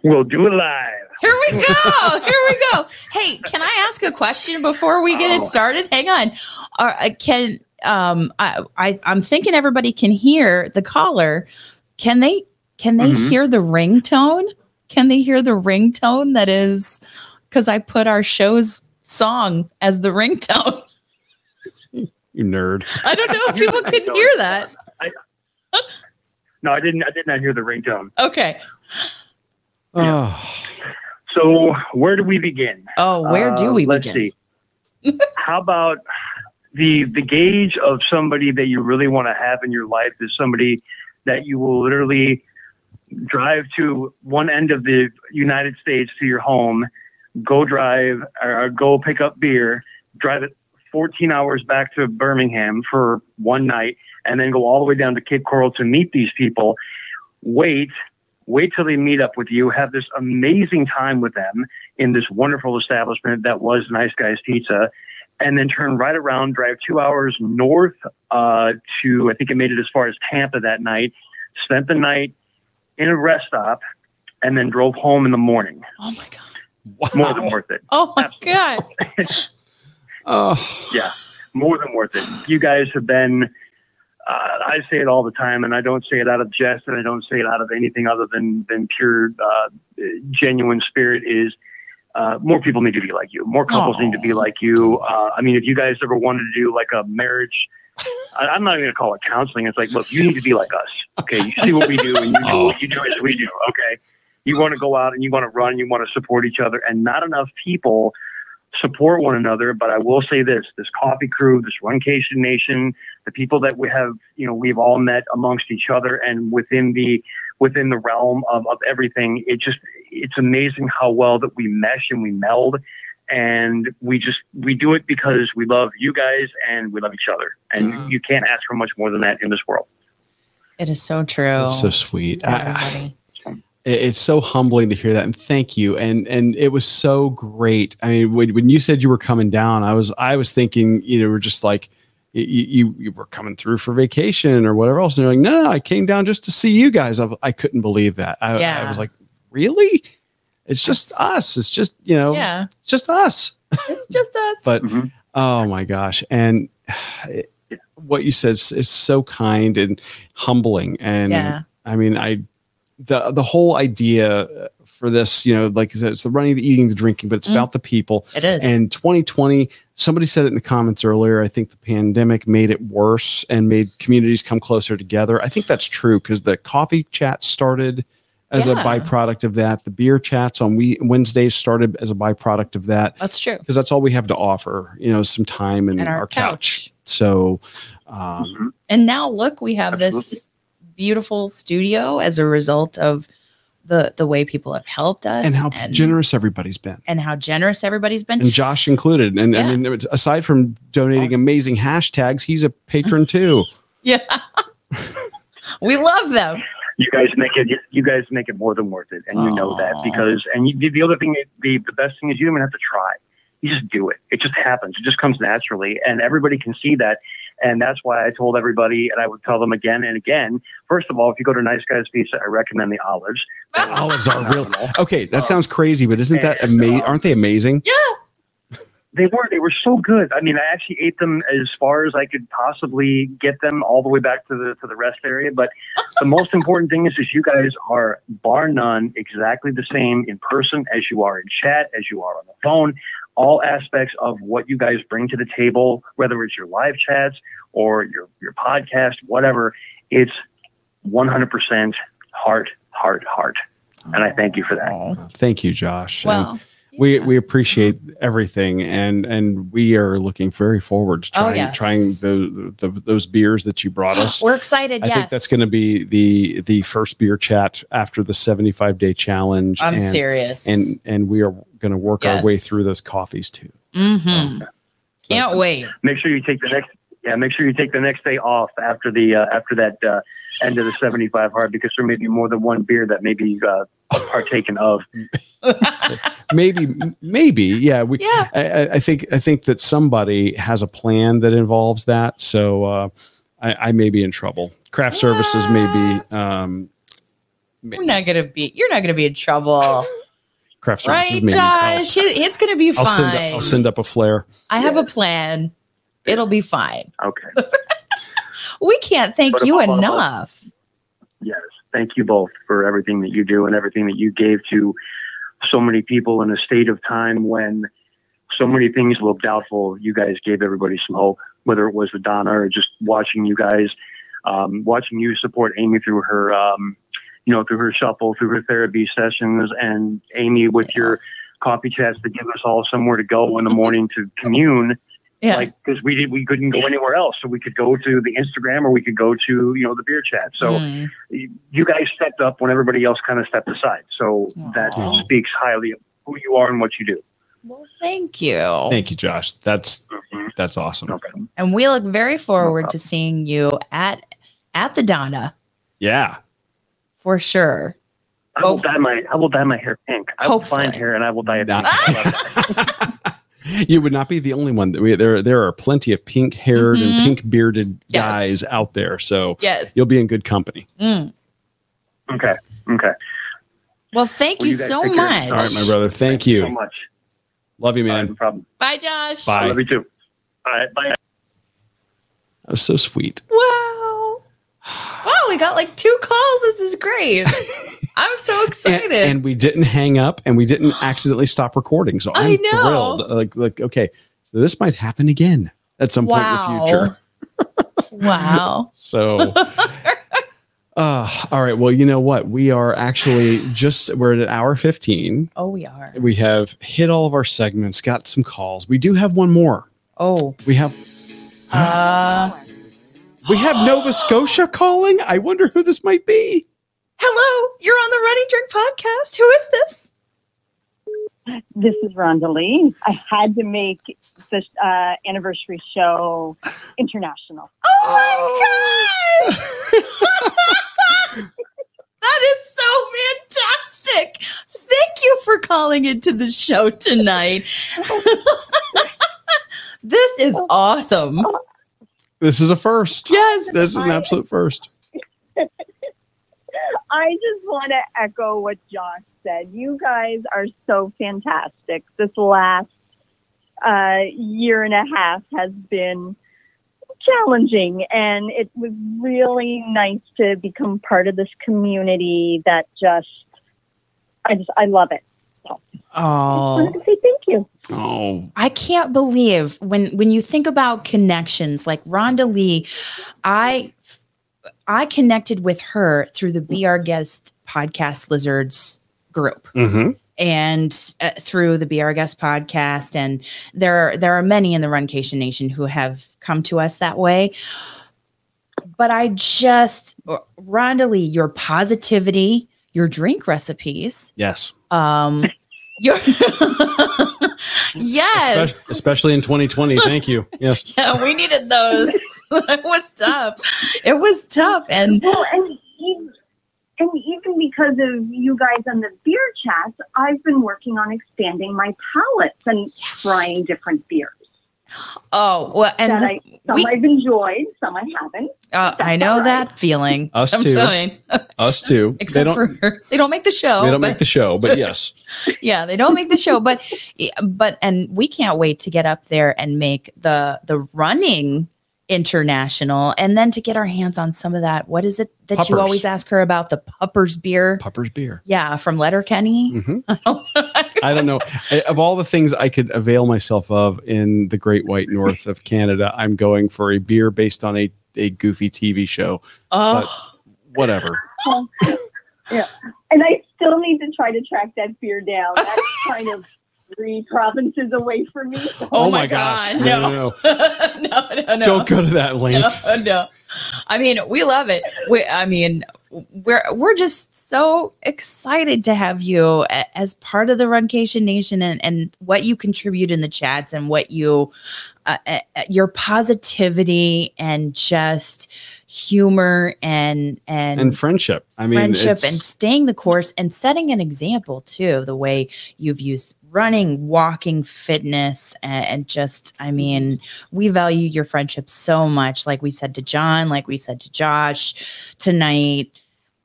G: We'll do it live.
A: here we go. Here we go. Hey, can I ask a question before we get it started? Hang on. Are, uh, can um I, I I'm thinking everybody can hear the caller. Can they can they
G: Mhm.
A: hear the ringtone? Can they hear the ringtone that is because I put our show's song as the ringtone?
B: You nerd.
A: I don't know if people can hear that.
G: No, I didn't. I did not hear the ringtone.
A: Okay.
B: Oh.
G: So where do we begin?
A: Oh, where do
G: Uh,
A: we
G: let's
A: begin?
G: see. How about the the gauge of somebody that you really want to have in your life is somebody that you will literally drive to one end of the United States to your home, go drive or go pick up beer, drive it 14 hours back to Birmingham for one night, and then go all the way down to Cape Coral to meet these people. Wait, wait till they meet up with you, have this amazing time with them, in this wonderful establishment that was Nice Guys Pizza, and then turn right around, drive two hours north uh, to, I think it made it as far as Tampa that night, spent the night in a rest stop, and then drove home in the morning.
A: Oh my god.
G: More than worth it.
A: Oh my god.
B: Oh.
G: More than worth it. You guys have been, uh, I say it all the time, and I don't say it out of jest, and I don't say it out of anything other than, than pure, uh, genuine spirit is uh, more people need to be like you. More couples
A: Aw.
G: need to be like you. Uh, I mean, if you guys ever wanted to do like a marriage, I, I'm not even gonna call it counseling. It's like, look, you need to be like us. Okay, you see what we do, and you do what you do as we do. Okay, you want to go out and you want to run, you want to support each other, and not enough people support one another. But I will say this: this coffee crew, this Runcation Nation, the people that we have, you know, we've all met amongst each other and within the within the realm of, of everything. It just it's amazing how well that we mesh and we meld and we just we do it because we love you guys and we love each other and
A: Mhm.
G: you can't ask for much more than that in this world
A: It is so true.
B: That's so sweet. I-
A: everybody.
B: It- it's so humbling to hear that and thank you and and it was so great i mean when, when you said you were coming down i was i was thinking you know we're just like y- y- you, you were coming through for vacation or whatever else and you're like no, no i came down just to see you guys i, I couldn't believe that I, I
A: Yeah.
B: was like really it's just
A: That's-
B: us it's just you know
A: yeah.
B: it's just us
A: It's just us.
B: but
G: Mhm.
B: oh my gosh and it, what you said is, is so kind and humbling and
A: yeah.
B: I mean, I the the whole idea for this, you know, like you said, it's the running, the eating, the drinking, but it's
A: Mm.
B: about the people.
A: It is.
B: And 2020, somebody said it in the comments earlier. I think the pandemic made it worse and made communities come closer together. I think that's true because the coffee chat started as a
A: Yeah.
B: byproduct of that. The beer chats on we Wednesdays started as a byproduct of that
A: That's true.
B: because that's all we have to offer. You know, some time and, our, couch. So, um,
A: And now look, we have
G: Mm-hmm. Absolutely.
A: this beautiful studio as a result of the the way people have helped us
B: and how generous everybody's been.
A: and how generous everybody's been.
B: and Josh included. And I
A: Yeah.
B: mean, it's- aside from donating amazing hashtags, he's a patron too.
A: yeah. we love them.
G: you guys make it you guys make it more than worth it and you know that
A: Aw.
G: because and you, the- the other thing the, the best thing is you don't even have to try you just do it it just happens it just comes naturally and everybody can see that and that's why i told everybody and i would tell them again and again first of all if you go to nice guys pizza i recommend the olives
B: Olives are real.
G: Phenomenal.
B: Okay, that sounds crazy, but isn't that
G: And,
B: amazing?
G: uh,
B: Aren't they amazing?
G: They were. They were so good. I mean, I actually ate them as far as I could possibly get them, all the way back to the to the rest area. But the most important thing is, is you guys are bar none exactly the same in person as you are in chat, as you are on the phone. All aspects of what you guys bring to the table, whether it's your live chats or your your podcast, whatever, it's 100% heart, heart, heart. And I thank you for that.
A: Aw.
B: Thank you, Josh. And
A: Well,
B: we
A: yeah.
B: we appreciate everything, and and we are looking very forward to
A: Oh,
B: trying
A: yes.
B: trying the, the those beers that you brought us.
A: we're excited.
B: I
A: yes.
B: think that's going to be the the first beer chat after the seventy five day challenge.
A: I'm
B: and,
A: serious.
B: And and we are going to work our way
A: Yes.
B: through those coffees too.
A: Mhm. can't wait.
G: make sure you take the next yeah make sure you take the next day off after the uh, after that uh, end of the 75 hard because there may be more than one beer that may be uh, partaken of
B: maybe maybe yeah we
A: Yeah.
B: I- I, I think i think that somebody has a plan that involves that so uh i, I may be in trouble craft services may be
A: Ah.
B: um
A: We're not gonna be you're not gonna be in trouble.
B: craft services
A: right,
B: may
A: Josh? It- it's gonna be
B: Be, I'll, I'll send
A: fine.
B: I'll send up a flare
A: I have a plan. It'll be fine.
G: okay
A: We can't thank
G: But
A: you
G: above all
A: enough.
G: yes thank you both for everything that you do and everything that you gave to so many people in a state of time when so many things looked doubtful. You guys gave everybody some hope, whether it was with Donna or just watching you guys, um, watching you support Amy through her, um, you know, through her shuffle, through her therapy sessions, and Amy with your coffee chats to give us all somewhere to go in the morning to commune
A: Yeah.
G: like because we did we couldn't go anywhere else so we could go to the instagram or we could go to you know the beer chat so
A: Mm.
G: you you guys stepped up when everybody else kind of stepped aside so that
A: Aw.
G: speaks highly of who you are and what you do
A: Well, thank you.
B: Thank you, Josh. That's that's awesome.
G: Okay.
A: and we look very forward to seeing you at at the Donna
B: Yeah.
A: for sure.
G: I will
A: Hope-
G: dye my I will dye my hair pink. I will
A: Hopefully.
G: find hair and I will dye it pink.
B: you would not be the only one. We, there, there are plenty of pink haired
A: Mhm.
B: and pink bearded
A: Yes.
B: guys out there. So
A: Yes.
B: you'll be in good company.
A: Mm.
G: okay. Okay.
A: Well, thank
G: Well,
A: you,
G: you guys
A: so
G: take care.
A: much.
B: All right, my brother. Thank you.
G: so much.
B: Love you,
G: All right,
B: man.
G: no problem.
A: Bye, Josh.
B: Bye.
G: I love you too. All right. Bye.
B: That was so sweet.
A: Wow. Wow, we got like two calls. This is great. I'm so
B: And,
A: excited.
B: and we didn't hang up, and we didn't accidentally stop recording. So I'm
A: I know.
B: thrilled. Like, like, okay, so this might happen again at some point in the
A: Wow.
B: future.
A: wow.
B: So, uh, all right. Well, you know what? We are actually just we're at an hour fifteen.
A: Oh, we are.
B: We have hit all of our segments. Got some calls. We do have one more.
A: Oh.
B: We have
A: Uh,
H: Caller.
B: we have Nova Scotia calling. I wonder who this might be.
A: hello. You're on the Running Drink podcast. Who is this?
E: This is Rondalee. I had to make the uh, anniversary show international.
A: Oh, my god. that is so fantastic. Thank you for calling into the show tonight. this is awesome.
B: This is a first.
A: Yes.
B: This is an absolute first.
E: I just want to echo what Josh said. You guys are so fantastic. This last uh, year and a half has been challenging, and it was really nice to become part of this community that just, I just, I love it. I
A: Oh.
E: wanted to say thank you.
B: Oh,
A: I can't believe when when you think about connections like Rhonda Lee, I I connected with her through the Be Our Guest podcast lizards group
B: mm-hmm.
A: and uh, through the Be Our Guest podcast and there there are many in the Runcation Nation who have come to us that way. But I just Rhonda Lee, your positivity, your drink recipes,
B: yes.
A: um your Yes.
B: Especially, especially in 2020. Thank you. Yes.
A: Yeah, we needed those. it was tough. It was tough. And
E: Well, and even, and even because of you guys on the beer chats, I've been working on expanding my palettes and trying different beers.
A: oh, well,
E: that
A: and
E: I, some
A: we-
E: I've enjoyed, some I haven't.
A: uh, I
E: that's
A: know
E: all right.
A: that feeling.
B: Us
A: I'm
B: too.
A: telling.
B: Us too. they
A: Except
B: don't
A: for they don't make the show.
B: they don't
A: but,
B: make the show, Oh, but yes.
A: yeah, they don't make the show. But but and we can't wait to get up there and make the the running international, and then to get our hands on some of that. What is it that you
B: Puppers.
A: always ask her about? The Puppers beer.
B: Pupper's beer.
A: Yeah, from Letterkenny.
B: Mm-hmm. I don't know. I- of all the things I could avail myself of in the great white north of Canada, I'm going for a beer based on a, a goofy TV show.
A: oh,
B: Whatever.
E: And I still need to try to track that beer down. That's kind of three provinces away from me.
A: oh, my,
B: gosh.
A: god!
B: No, no,
A: no.
B: no.
A: no, no, no.
B: Don't go to that lane.
A: No, no. I mean, we love it. We, I mean, we're we're just so excited to have you a- as part of the Runcation Nation and and what you contribute in the chats and what you uh, uh, your positivity and just humor and and.
B: And friendship. I mean,
A: friendship
B: it's-
A: and staying the course and setting an example too the way you've used running walking fitness a- and, just
B: Mm-hmm.
A: i mean we value your friendship so much like we said to john like we've said to josh tonight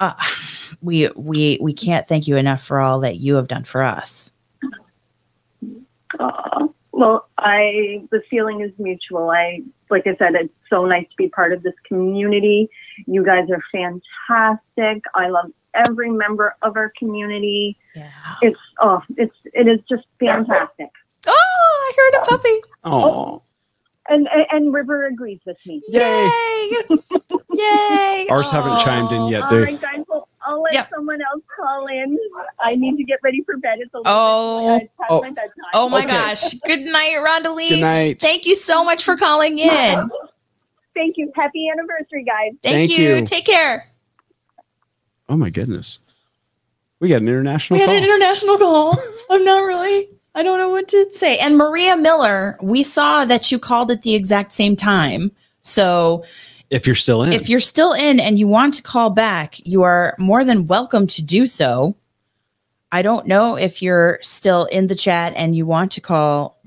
A: uh, we we we can't thank you enough for all that you have done for us
E: Aw,
I: Well, I the feeling is mutual. I like I said, it's so nice to be part of this community. You guys are fantastic. I love every member of our community.
A: Yeah.
I: It's oh, it's it is just fantastic.
A: Oh, I heard a puppy.
B: Oh,
I: And and, and River agrees with me.
B: yay!
A: Yay! Yay!
B: Ours haven't chimed in yet.
I: All
B: They-
I: right, guys. Well, I'll let
A: Yep.
I: someone else call in. I need to get ready for bed. It's a little
A: Oh.
I: bit- it's past
B: Oh.
I: my bedtime.
A: Oh my
B: Okay.
A: gosh. Good night, Rondaline.
B: Good night.
A: Thank you so much for calling in. Thank,
I: Thank you. Happy anniversary, guys.
B: Thank
A: you.
B: you.
A: Take care.
B: oh my goodness, we got an international
A: we had
B: call.
A: an international call. I'm not really. I don't know what to say. And Maria Miller, we saw that you called at the exact same time. So
B: if you're still in,
A: if you're still in and you want to call back, you are more than welcome to do so. I don't know if you're still in the chat and you want to call.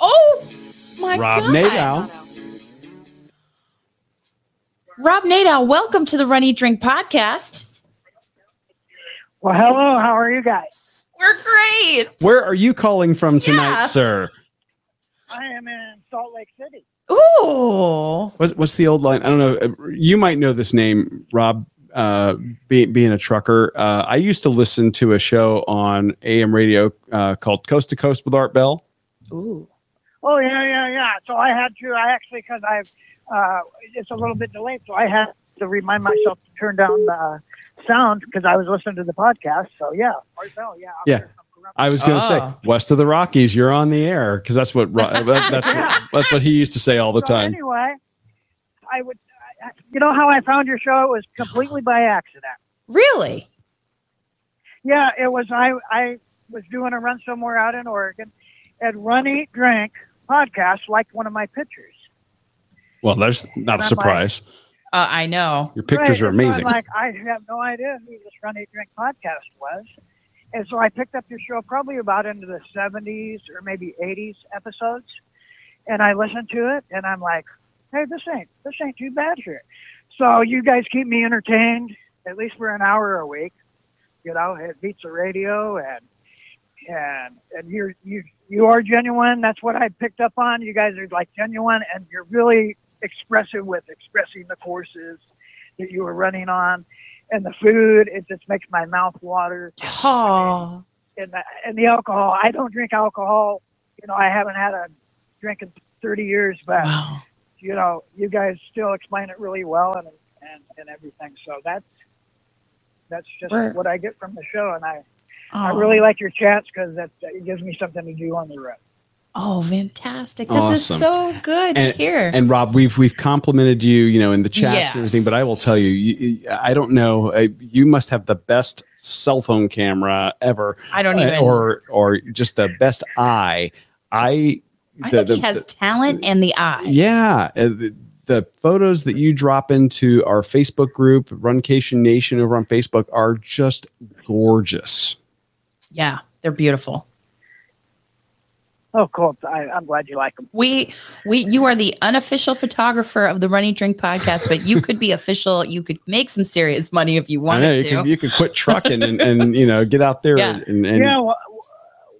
A: Oh my
B: Rob
A: God.
B: Nadal.
A: Rob Nadal, welcome to the Run Eat Drink podcast.
J: Well, hello. How are you guys?
A: We're great.
B: Where are you calling from tonight,
A: Yeah.
B: sir?
J: I am in Salt Lake City.
A: Ooh.
B: What's, what's the old line? I don't know. Uh, You might know this name, Rob. Uh, be, being a trucker, uh, I used to listen to a show on AM radio uh, called Coast to Coast with Art Bell.
A: Ooh.
J: Oh yeah, yeah, yeah. So I had to. I actually, because I've, uh, it's a little bit delayed, so I had to remind myself to turn down the sound because I was listening to the podcast. So yeah, Art Bell, yeah, I'm
B: Yeah.
J: sure I'm corrupt.
B: I was going to
A: Oh.
B: say West of the Rockies, you're on the air because that's what Ro- that- that's what, that's what he used to say all the
J: so
B: time.
J: Anyway, I would. I- I- You know how I found your show? It was completely by accident.
A: Really?
J: Yeah, it was. I I was doing a run somewhere out in Oregon, and Run Eat Drink podcast liked one of my pictures.
B: Well, there's not a
J: Bye-bye.
B: surprise.
A: Uh, I know.
B: Your pictures are
J: Right, and so I'm
B: amazing.
J: like I have no idea who this Run Eat Drink podcast was, and so I picked up your show probably about into the '70s or maybe '80s episodes, and I listened to it, and I'm like, hey, this ain't this ain't too bad here. So you guys keep me entertained at least for an hour a week. You know, it beats the radio, and and and you're you you are genuine. That's what I picked up on. You guys are like genuine, and you're really expressive with expressing the courses that you were running on and the food it just makes my mouth water
A: Oh.
J: and the, and the alcohol i don't drink alcohol you know i haven't had a drink in 30 years but
A: Wow.
J: you know you guys still explain it really well and and, and everything so that's that's just
A: We're-
J: what i get from the show and i i
A: Oh.
J: really like your chats because that it gives me something to do on the road
A: Oh, fantastic. This
B: Awesome.
A: is so good
B: And-
A: to hear.
B: And Rob, we've we've complimented you, you know, in the chats
A: Yes.
B: and everything. But I will tell you, you you- I don't know. uh, You must have the best cell phone camera ever,
A: I don't
B: uh,
A: even.
B: or or just the best eye. I.
A: I
B: the-
A: think
B: the-
A: he has talent and the eye.
B: Yeah. uh, The, the photos that you drop into our Facebook group, Runcation Nation over on Facebook, are just gorgeous.
A: Yeah, they're beautiful.
J: oh cool I, i'm glad you like them
A: We we you are the unofficial photographer of the Runny Drink podcast, but you could be official. You could make some serious money if you
B: I know,
A: wanted
B: you
A: to.
B: Can, you can quit trucking and, and you know get out there
A: Yeah.
B: and, and
J: yeah, well,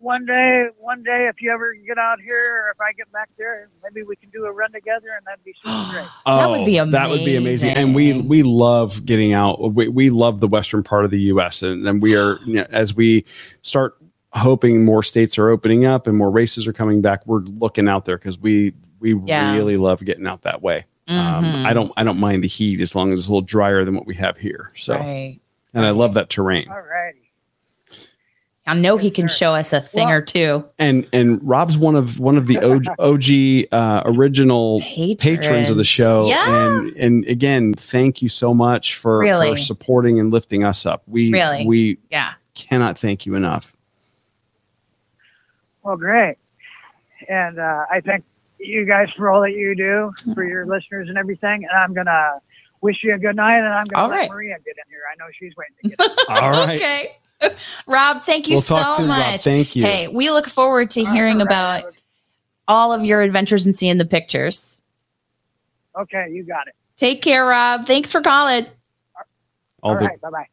J: one day, one day, if you ever get out here, or if I get back there, maybe we can do a run together, and that'd be super great.
B: Oh,
A: That would be
B: That would be amazing. And we
A: amazing.
B: we love getting out. We, we love the western part of the U.S. and, and we are you know, as we start hoping more states are opening up and more races are coming back. We're looking out there because we we
A: Yeah.
B: really love getting out that way. Um,
A: Mhm.
B: I don't I don't mind the heat as long as it's a little drier than what we have here. So
A: Right.
B: and I love that terrain.
J: All righty.
A: I know he can
J: Sure.
A: show us a thing
J: Well-
A: or two.
B: And and Rob's one of one of the OG, OG uh, original
A: Patrons,
B: patrons of the show
A: Yeah.
B: and and again thank you so much for,
A: Really.
B: for supporting and lifting us up we
A: Really.
B: we
A: yeah.
B: cannot thank you enough
J: Well, great. And uh, I thank you guys for all that you do for your
A: Mm-hmm.
J: listeners and everything. And I'm gonna wish you a good night, and I'm gonna
A: All
J: let
A: right.
J: Maria get in here. I know she's waiting to get in.
B: all right
A: Okay. Rob, thank you
B: we'll
A: so
B: talk soon
A: much.
B: rob thank you
A: Hey, we look forward to hearing
J: All right.
A: about all of your adventures and seeing the pictures.
J: Okay, you got it.
A: Take care, Rob. Thanks for calling.
B: all
J: all
B: the
J: right, bye bye.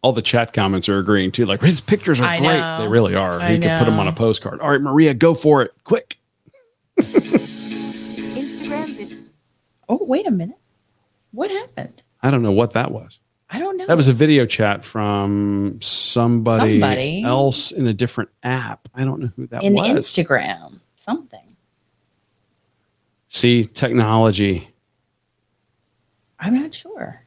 B: all the chat comments are agreeing too like his pictures are
A: I
B: great
A: know.
B: they really are
A: I
B: you can put them on
A: know.
B: a postcard all right maria go for it quick
E: Instagram video.
A: Oh, wait a minute. What happened?
B: I don't know what that was.
A: I don't know.
B: That was a video chat from somebody,
A: Somebody.
B: else in a different app. I don't know who that
A: in
B: was.
A: Instagram. Something.
B: See, technology.
A: I'm not sure.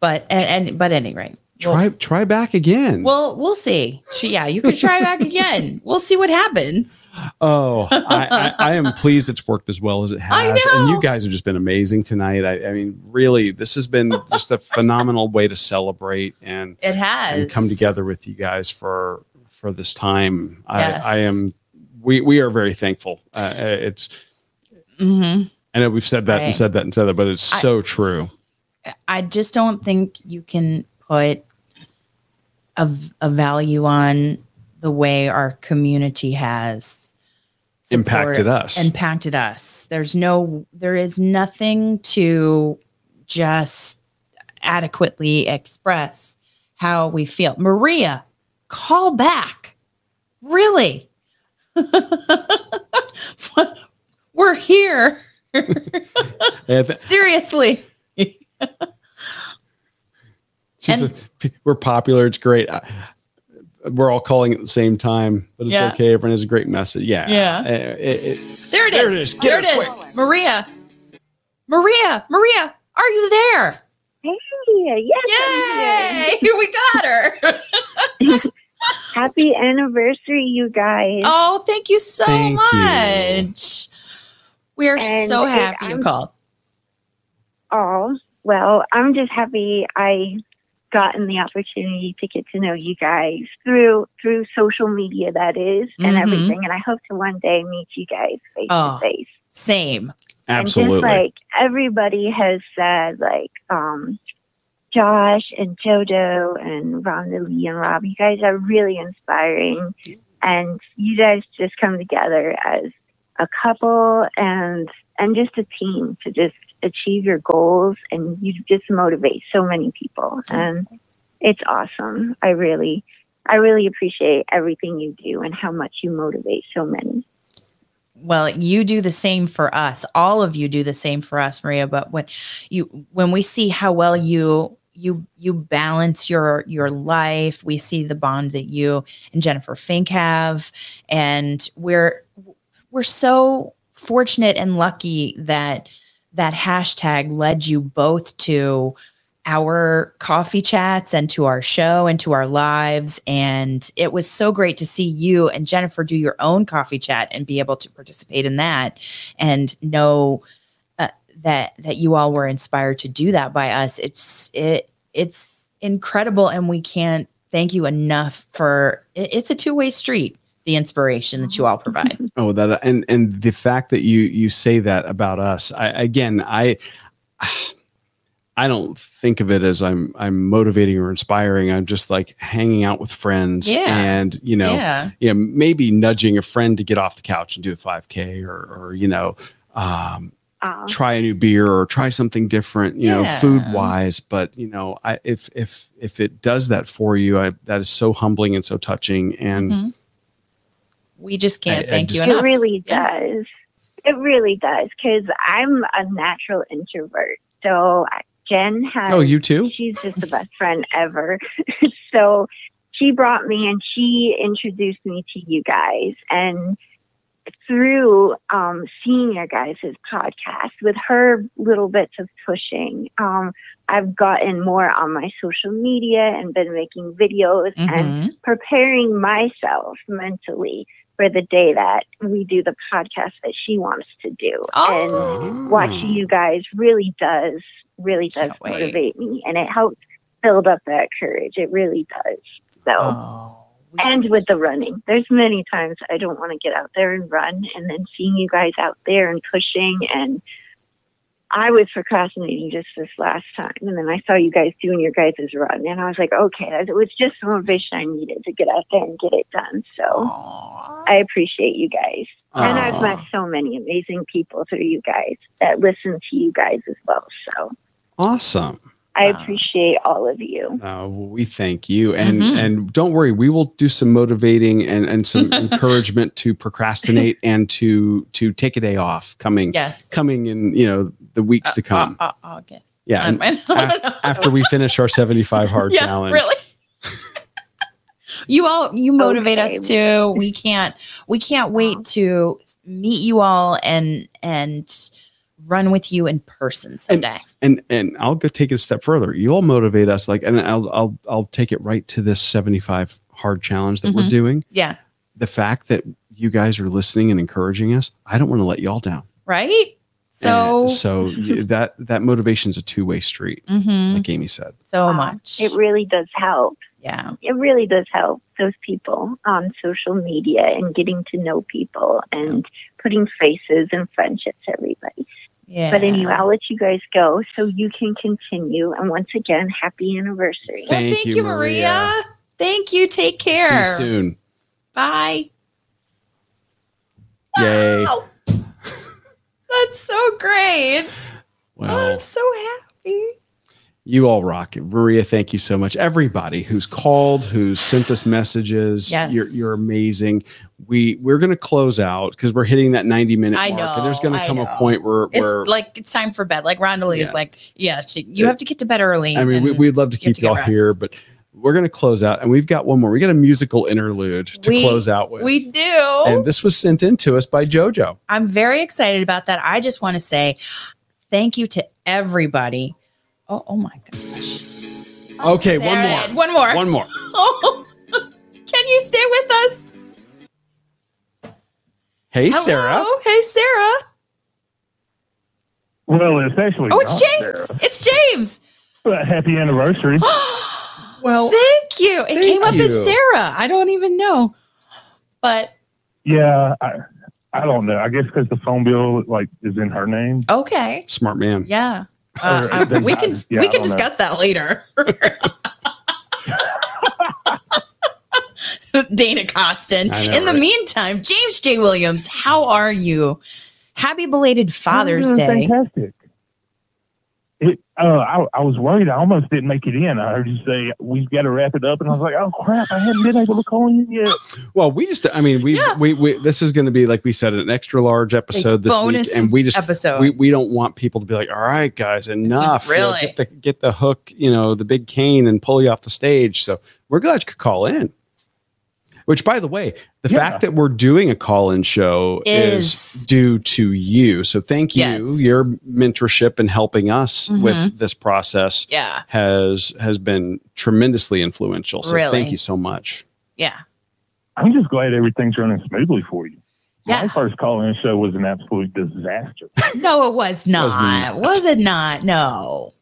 A: But and, and but any rate. we'll-
B: Try try back again.
A: Well, we'll see. Sh- Yeah, you can try back again. We'll see what happens.
B: oh, I, I, I am pleased it's worked as well as it has.
A: I
B: And
A: know.
B: you guys have just been amazing tonight. I, I mean, really, this has been just a phenomenal way to celebrate and
A: It has
B: and come together with you guys for for this time.
A: Yes.
B: I, I am. We we are very thankful. Uh, uh, it's.
A: hmm
B: I know we've said that
A: Right.
B: and said that and said that, but it's
A: I-
B: so true.
A: I just don't think you can put a, v- a value on the way our community has
B: Impacted
A: support-
B: us.
A: Impacted us. There's no, there is nothing to just adequately express how we feel. Maria, call back. Really? We're here.
B: And th-
A: Seriously.
B: she
A: And-
B: said, "P- we're popular. It's great. I- We're all calling at the same time, but it's
A: Yeah.
B: okay. Everyone has a great message. Yeah.
A: Yeah.
B: Uh, it- it-
A: There it is.
B: There it is. Get
A: there
B: it
A: it is.
E: quick.
A: Maria. Maria. Maria. Are you there?
I: Hey, yes, I'm here.
A: Yay! We got her.
I: Happy anniversary, you guys.
A: Oh, thank you so
B: Thank you.
A: much. We are
I: And
A: so
I: it-
A: happy you
I: I'm-
A: called.
I: Oh, well, I'm just happy I gotten the opportunity to get to know you guys through through social media that is and
A: Mhm.
I: everything and I hope to one day meet you guys face
A: Oh,
I: to face.
A: Same.
I: And
B: absolutely.
I: just like everybody has said, like um, Josh and Jodo and Rhonda Lee and Rob, you guys are really inspiring. And you guys just come together as a couple and and just a team to just achieve your goals and you just motivate so many people and it's awesome. I really I really appreciate everything you do and how much you motivate so many.
A: Well, you do the same for us. All of you do the same for us, Maria. But when you when we see how well you you you balance your your life, we see the bond that you and Jennifer Fink have, and we're we're so fortunate and lucky that that hashtag led you both to our coffee chats and to our show and to our lives. And it was so great to see you and Jennifer do your own coffee chat and be able to participate in that and know uh, that that you all were inspired to do that by us. It's it it's incredible, and we can't thank you enough for it, it's a two way street. The inspiration that you all provide.
B: Oh, that and and the fact that you you say that about us, I again, I I don't think of it as I'm I'm motivating or inspiring. I'm just like hanging out with friends,
A: Yeah.
B: and you know,
A: Yeah,
B: you know, maybe nudging a friend to get off the couch and do a 5K or or you know, um,
I: Um,
B: try a new beer or try something different, you know,
A: Yeah.
B: food wise. But you know, I, if if if it does that for you, I, that is so humbling and so touching. And
A: Mhm. we just can't
B: I- I
A: thank
B: just-
A: you
I: It
A: enough.
I: really
A: Yeah.
I: does. It really does because I'm a natural introvert. So I- Jen has.
B: oh, you too.
I: She's just the best friend ever. so she brought me and she introduced me to you guys and through um, seeing your guys' podcast with her little bits of pushing um, i've gotten more on my social media and been making videos and
A: Mhm.
I: preparing myself mentally for the day that we do the podcast that she wants to do.
A: Oh.
I: And watching you guys really does, really does
A: Can't wait.
I: motivate me. And it helps build up that courage. It really does. So,
A: Oh, we-
I: and with the running, there's many times I don't want to get out there and run. And then seeing you guys out there and pushing and I was procrastinating just this last time, and then I saw you guys doing your guys' run, and I was like, okay, it was just the motivation I needed to get out there and get it done. So
A: Aw.
I: I appreciate you guys, and I've met
B: Aw.
I: so many amazing people through you guys that listen to you guys as well. So
B: Awesome.
I: I
B: Ah.
I: appreciate all of you.
B: Uh, we thank you, and
A: Mhm.
B: and don't worry, we will do some motivating and and some encouragement to procrastinate and to to take a day off coming
A: Yes.
B: coming in you know the weeks to come
A: Au- au- August.
B: Yeah,
A: Um, I don't
B: af-
A: know.
B: after we finish our seventy five hard challenge.
A: Really? you all you motivate us too. We can't we can't wait to meet you all and and run with you in person someday.
B: and and I'll go take it a step further. You all motivate us, like, and I'll I'll I'll take it right to this seventy five hard challenge that we're
A: Mhm.
B: doing.
A: yeah.
B: The fact that you guys are listening and encouraging us, I don't want to let y'all down.
A: Right? So
B: And so y- that that motivation's a two way street,
A: mhm,
B: like Amy said.
A: so
I: Um,
A: much.
I: It really does help.
A: yeah.
I: It really does help those people on social media and getting to know people and putting faces and friendships to everybody.
A: Yeah.
I: But anyway, I'll let you guys go so you can continue. And once again, happy anniversary.
A: Well,
B: Thank
A: thank,
B: you,
A: you,
B: Maria.
A: Maria. Thank you. Take care.
B: See you soon.
A: Bye.
B: Yay.
A: Wow. That's so great.
B: Well,
A: I'm so happy.
B: you all rock it. Maria, thank you so much. Everybody who's called, who's sent us messages.
A: Yes.
B: You're you're amazing. We we're gonna close out because we're hitting that 90 minute
A: I
B: mark. and there's gonna
A: know, I
B: come a
A: know.
B: point where
A: It's
B: where
A: like it's time for bed. Like Rondalee
B: Yeah.
A: is like, yeah, she, you
B: It-
A: have to get to bed early.
B: I mean, we,
A: and
B: we'd love to
A: you have
B: keep
A: to get
B: y'all here,
A: rest.
B: but we're going to close out. And we've got one more. We got a musical interlude to
A: We-
B: close out with.
A: we do.
B: and this was sent in to us by JoJo.
A: I'm very excited about that. I just want to say thank you to everybody. Oh, oh my gosh.
B: Okay, one
A: Sarah,
B: more.
A: One more.
B: One more.
A: Oh, can you stay with us?
B: Hey,
A: Hello?
B: Sarah. Oh
A: Hey, Sarah.
K: Well, it's actually.
A: Oh, it's
K: not
A: James.
K: there.
A: It's James.
K: But happy anniversary.
B: Well,
A: Thank you. It
B: Thank
A: came up as
B: you.
A: Sarah. I don't even know. But
K: yeah, I, I don't know. I guess because the phone bill like is in her name.
A: okay.
B: smart man.
A: Yeah. Uh,
K: Or
A: uh,
K: then
A: we
K: not.
A: can
K: Yeah,
A: we
K: I
A: can
K: don't know.
A: discuss that later. Dana Costin.
B: I know,
A: In the
B: right?
A: meantime, James J. Williams, how are you? Happy belated Father's
K: Oh,
A: Day.
K: Fantastic. It, uh, I, I was worried. I almost didn't make it in. I heard you say we've got to wrap it up, and I was like, "Oh crap! I haven't been able to call in yet."
B: Well, we just, I mean, we,
A: Yeah.
B: we, we, this is going to be, like we said, an extra large episode this
A: bonus
B: week. And we just,
A: Episode.
B: we, we don't want people to be like, all right, guys, enough. You know,
A: Really?
B: get, the, get the hook, you know, the big cane and pull you off the stage. So we're glad you could call in. Which, by the way, the
K: Yeah.
B: fact that we're doing a call in show is.
A: Is-
B: due to you. So thank you.
A: Yes.
B: Your mentorship and helping us with
A: Mhm.
B: this process
A: yeah.
B: has has been tremendously influential. So
A: Really?
B: thank you so much.
A: Yeah.
K: I'm just glad everything's running smoothly for you.
A: Yeah.
K: My first call-in show was an absolute disaster.
A: No, it was not.
B: not.
A: Was, it not? No.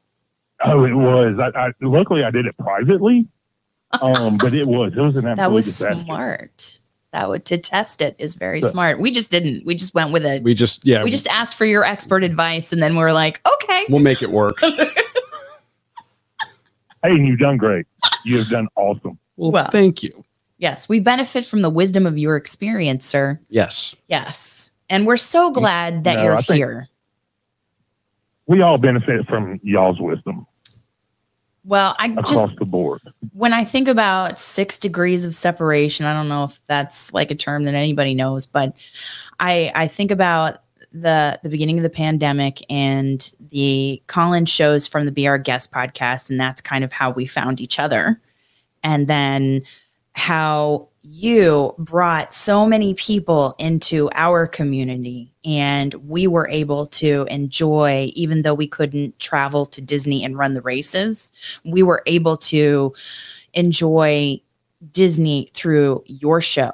K: oh, it was. I, I luckily I did it privately, um, but it was. It was an absolute
A: That was
K: disaster.
A: smart. That would to test it is very
K: Yeah.
A: smart. We just didn't. We just went with it.
B: We just yeah,
A: We just asked for your expert advice and then we are like, okay.
B: we'll make it work.
K: Hey, and you've done great. You have done awesome.
B: Well,
A: Well.
B: thank you.
A: Yes, we benefit from the wisdom of your experience, sir.
B: Yes.
A: Yes. And we're so glad that
K: No,
A: you're
K: I think-
A: here.
K: We all benefit from y'all's wisdom
A: Well, I just
K: across the board.
A: when I think about 6 degrees of separation, I don't know if that's like a term that anybody knows, but I I think about the the beginning of the pandemic and the call-in shows from the Be Our Guest podcast and that's kind of how we found each other. And then how you brought so many people into our community and we were able to enjoy even though we couldn't travel to Disney and run the races, we were able to enjoy Disney through your show.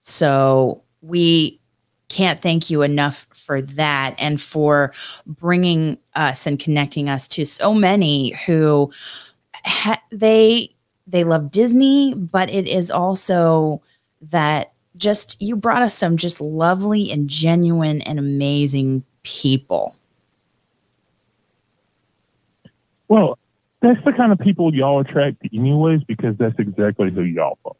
A: So we can't thank you enough for that and for bringing us and connecting us to so many who ha- they they love Disney, but it is also that just you brought us some just lovely and genuine and amazing people.
K: Well, that's the kind of people y'all attract anyways, because that's exactly who y'all are.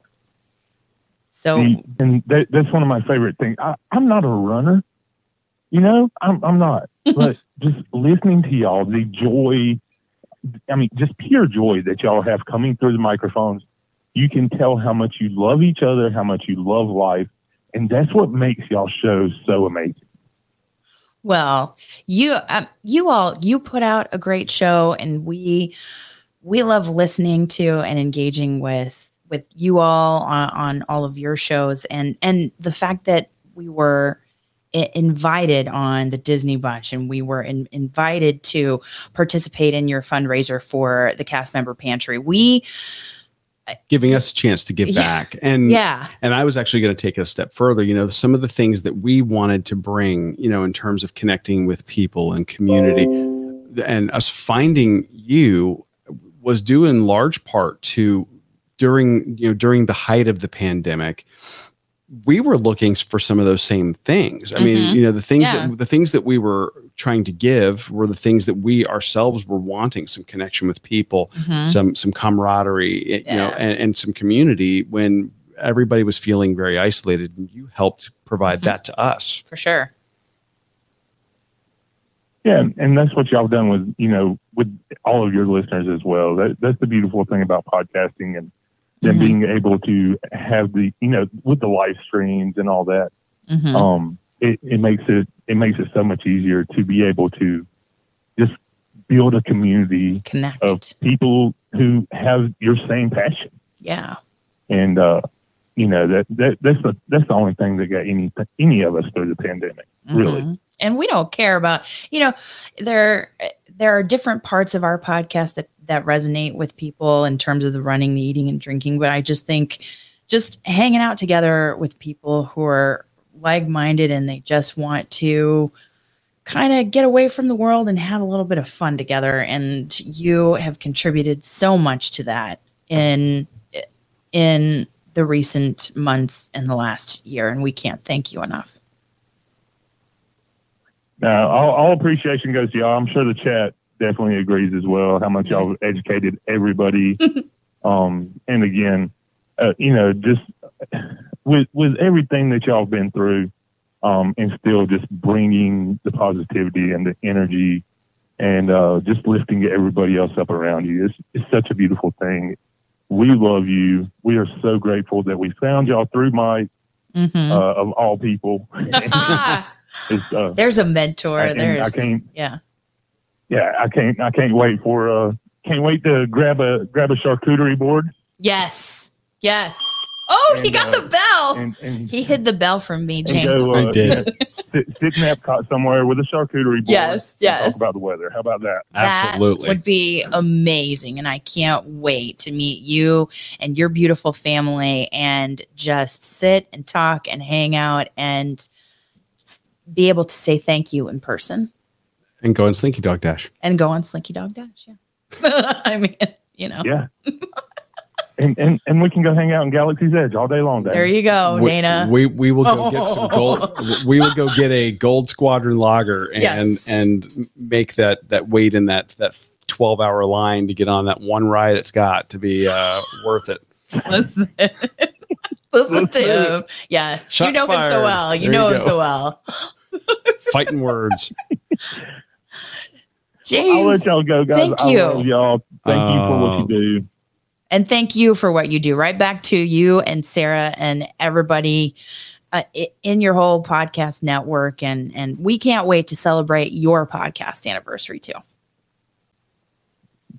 A: So
K: And, and that, that's one of my favorite things. I, I'm not a runner, you know, I'm, I'm not. but just listening to y'all, the joy I mean, just pure joy that y'all have coming through the microphones. You can tell how much you love each other, how much you love life, and that's what makes y'all shows so amazing.
A: Well, you um, you all you put out a great show, and we we love listening to and engaging with with you all on, on all of your shows, and and the fact that we were i- invited on the Disney Bunch, and we were in, invited to participate in your fundraiser for the cast member pantry. We
B: giving us a chance to give
A: Yeah.
B: back. And
A: yeah
B: And I was actually going to take it a step further. You know, some of the things that we wanted to bring, you know, in terms of connecting with people and community and us finding you was due in large part to during, you know, during the height of the pandemic. We were looking for some of those same things. I
A: Mhm.
B: mean, you know, the things
A: Yeah.
B: that the things that we were trying to give were the things that we ourselves were wanting, some connection with people,
A: Mhm.
B: some some camaraderie it- you know
A: Yeah.
B: and, and some community when everybody was feeling very isolated and you helped provide
A: Mm-hmm.
B: that to us
A: for sure.
K: Yeah, and that's what y'all done with you know with all of your listeners as well. That, that's the beautiful thing about podcasting and then
A: Mhm.
K: being able to have the you know with the live streams and all that.
G: Hmm.
A: Mhm.
K: Um, it, it makes it it makes it so much easier to be able to just build a community
A: Connect.
K: of people who have your same passion,
A: Yeah.
K: and uh, you know that, that that's the that's the only thing that got any any of us through the pandemic. Really,
A: Mhm. And we don't care about, you know, there there are different parts of our podcast that that resonate with people in terms of the running, the eating and drinking, but I just think just hanging out together with people who are like-minded and they just want to kind of get away from the world and have a little bit of fun together and you have contributed so much to that in in the recent months and the last year and we can't thank you enough.
K: Now, all, all appreciation goes to y'all. I'm sure the chat definitely agrees as well how much y'all educated everybody. um, and again, uh, you know, just with with everything that y'all been through, um, and still just bringing the positivity and the energy, and uh, just lifting everybody else up around you. It's, it's such a beautiful thing. We love you. We are so grateful that we found y'all through Mike,
A: Mhm.
K: uh, of all people.
A: Ah,
K: It's, uh,
A: there's a mentor.
K: I- and
A: there's
K: I can't-
A: yeah.
K: yeah, I can't I can't wait for uh can't wait to grab a grab a charcuterie board
A: Yes. Yes. Oh, he
K: And,
A: got
K: uh,
A: the bell.
K: and and,
A: he hid the bell from me,
K: and
A: James.
K: go
B: I
K: uh,
B: did.
K: you know, sit, sit in Epcot somewhere with a charcuterie board.
A: Yes,
K: and
A: yes.
K: Talk about the weather. How about that?
A: That
B: Absolutely.
A: would be amazing. And I can't wait to meet you and your beautiful family and just sit and talk and hang out and s- be able to say thank you in person
B: and go on slinky dog dash
A: and go on Slinky Dog Dash. Yeah. I mean, you know,
K: Yeah. and, and and we can go hang out in Galaxy's Edge all day long. Dave.
A: there you go,
B: we,
A: Dana.
B: we we will go get some gold we will go get a gold squadron lager and
A: Yes.
B: and make that that wait in that that 12 hour line to get on that one ride it's got to be uh worth it
A: Listen. Listen to him. Yes. you
B: Shot
A: know him so
B: fired.
A: well. You
B: There you
A: know him
B: go.
A: so well.
B: fighting words
A: James.
K: I'll let y'all go, guys.
A: Thank
K: I
A: you.
K: love y'all. Thank you for
B: Oh.
K: what you do.
A: and thank you for what you do. Right back to you and Sarah and everybody uh, i- in your whole podcast network. And, and we can't wait to celebrate your podcast anniversary too.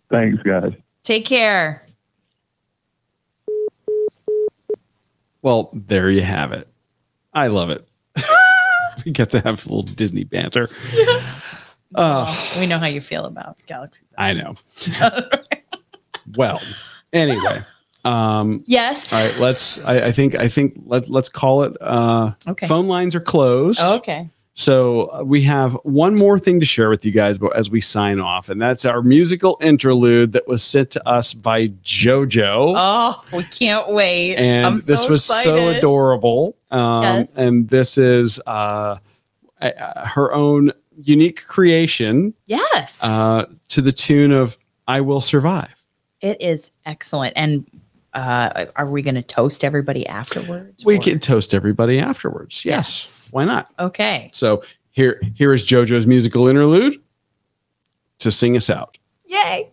K: Thanks, guys.
A: Take care.
B: Well, there you have it. I love it. we get to have a little Disney banter. Uh,
A: Well, we know how you feel about Galaxy's.
B: I know. well, anyway, um,
A: Yes.
B: all right. Let's. I, I think. I think. Let's. Let's call it. Uh,
A: Okay.
B: Phone lines are closed.
A: Okay.
B: So uh, we have one more thing to share with you guys but as we sign off, and that's our musical interlude that was sent to us by JoJo.
A: Oh, we can't wait. Um,
B: and
A: I'm
B: this
A: so
B: was so
A: excited.
B: adorable. Um,
A: Yes.
B: And this is uh, a- a- her own unique creation
A: Yes.
B: uh, to the tune of "I Will Survive."
A: It is excellent. And uh, are we going to toast everybody afterwards?
B: We
A: or-
B: can toast everybody afterwards. Yes,
A: Yes.
B: why not?
A: Okay.
B: So here, here is JoJo's musical interlude to sing us out.
A: Yay.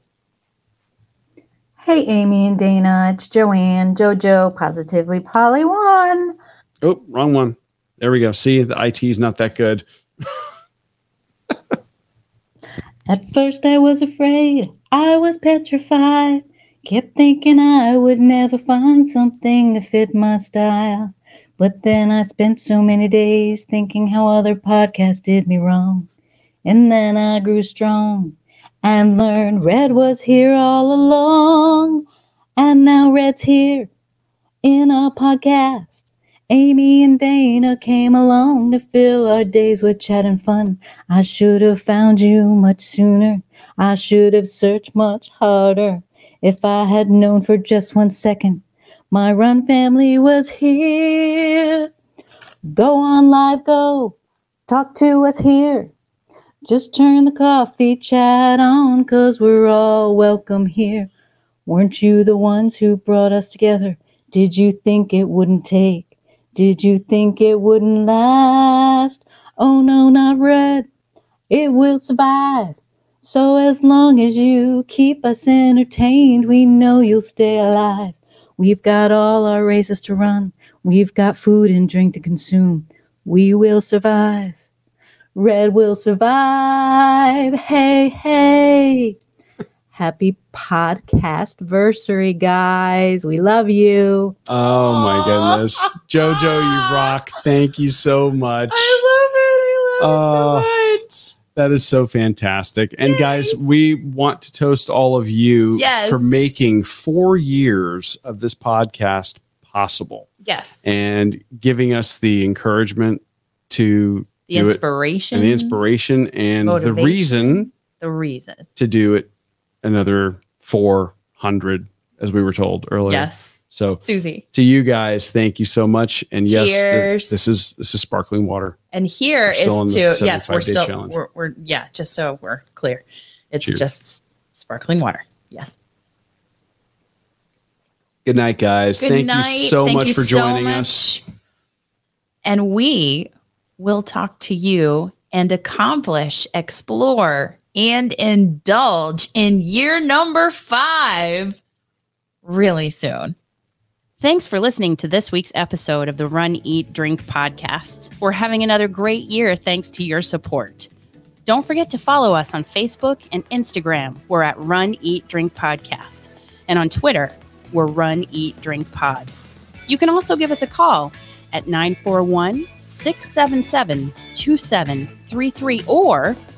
D: Hey, Amy and Dana, it's Joanne, JoJo, Positively Polly One.
B: Oh, wrong one. There we go. See, the IT's not that good.
L: At first I was afraid, I was petrified. Kept thinking I would never find something to fit my style. But then I spent so many days thinking how other podcasts did me wrong. And then I grew strong and learned red was here all along. And now red's here in our podcast. Amy and Dana came along to fill our days with chat and fun. I should have found you much sooner. I should have searched much harder. If I had known for just one second, my run family was here. Go on live, go. Talk to us here. Just turn the coffee chat on, cause we're all welcome here. Weren't you the ones who brought us together? Did you think it wouldn't take? Did you think it wouldn't last? Oh no, not red. It will survive. So as long as you keep us entertained, we know you'll stay alive. We've got all our races to run. We've got food and drink to consume. We will survive. Red will survive. Hey, hey. Happy podcast versary, guys. We love you.
B: Oh my goodness. Jojo, you rock. Thank you so much. I love it. I love it so much. That is so fantastic. And guys, we want to toast all of you
G: Yes.
B: for making four years of this podcast possible
G: Yes.
B: and giving us the encouragement to
G: The
B: do it,
G: inspiration.
B: and the inspiration and the
G: motivation.
B: reason
G: The reason.
B: to do it another 400 as we were told earlier.
G: Yes.
B: So
G: Susie.
B: to you guys, thank you so much. And yes, th-
G: Cheers.
B: this is this is sparkling water.
G: And here
B: We're
G: is
B: still on the
G: to yes,
B: 75
G: we're
B: day
G: still
B: challenge.
G: we're, we're yeah, just so we're clear. It's
B: Cheers.
G: just sparkling water. Yes.
B: Good night, guys.
G: Good
B: thank you
G: night.
B: so
G: Thank
B: much
G: you
B: for
G: so
B: joining
G: much.
B: us.
G: And we will talk to you and accomplish, explore, and indulge in year number five really soon.
A: Thanks for listening to this week's episode of the Run, Eat, Drink podcast. We're having another great year thanks to your support. Don't forget to follow us on Facebook and Instagram. We're at Run, Eat, Drink Podcast. And on Twitter, we're Run, Eat, Drink Pod. You can also give us a call at 941 677 2733 or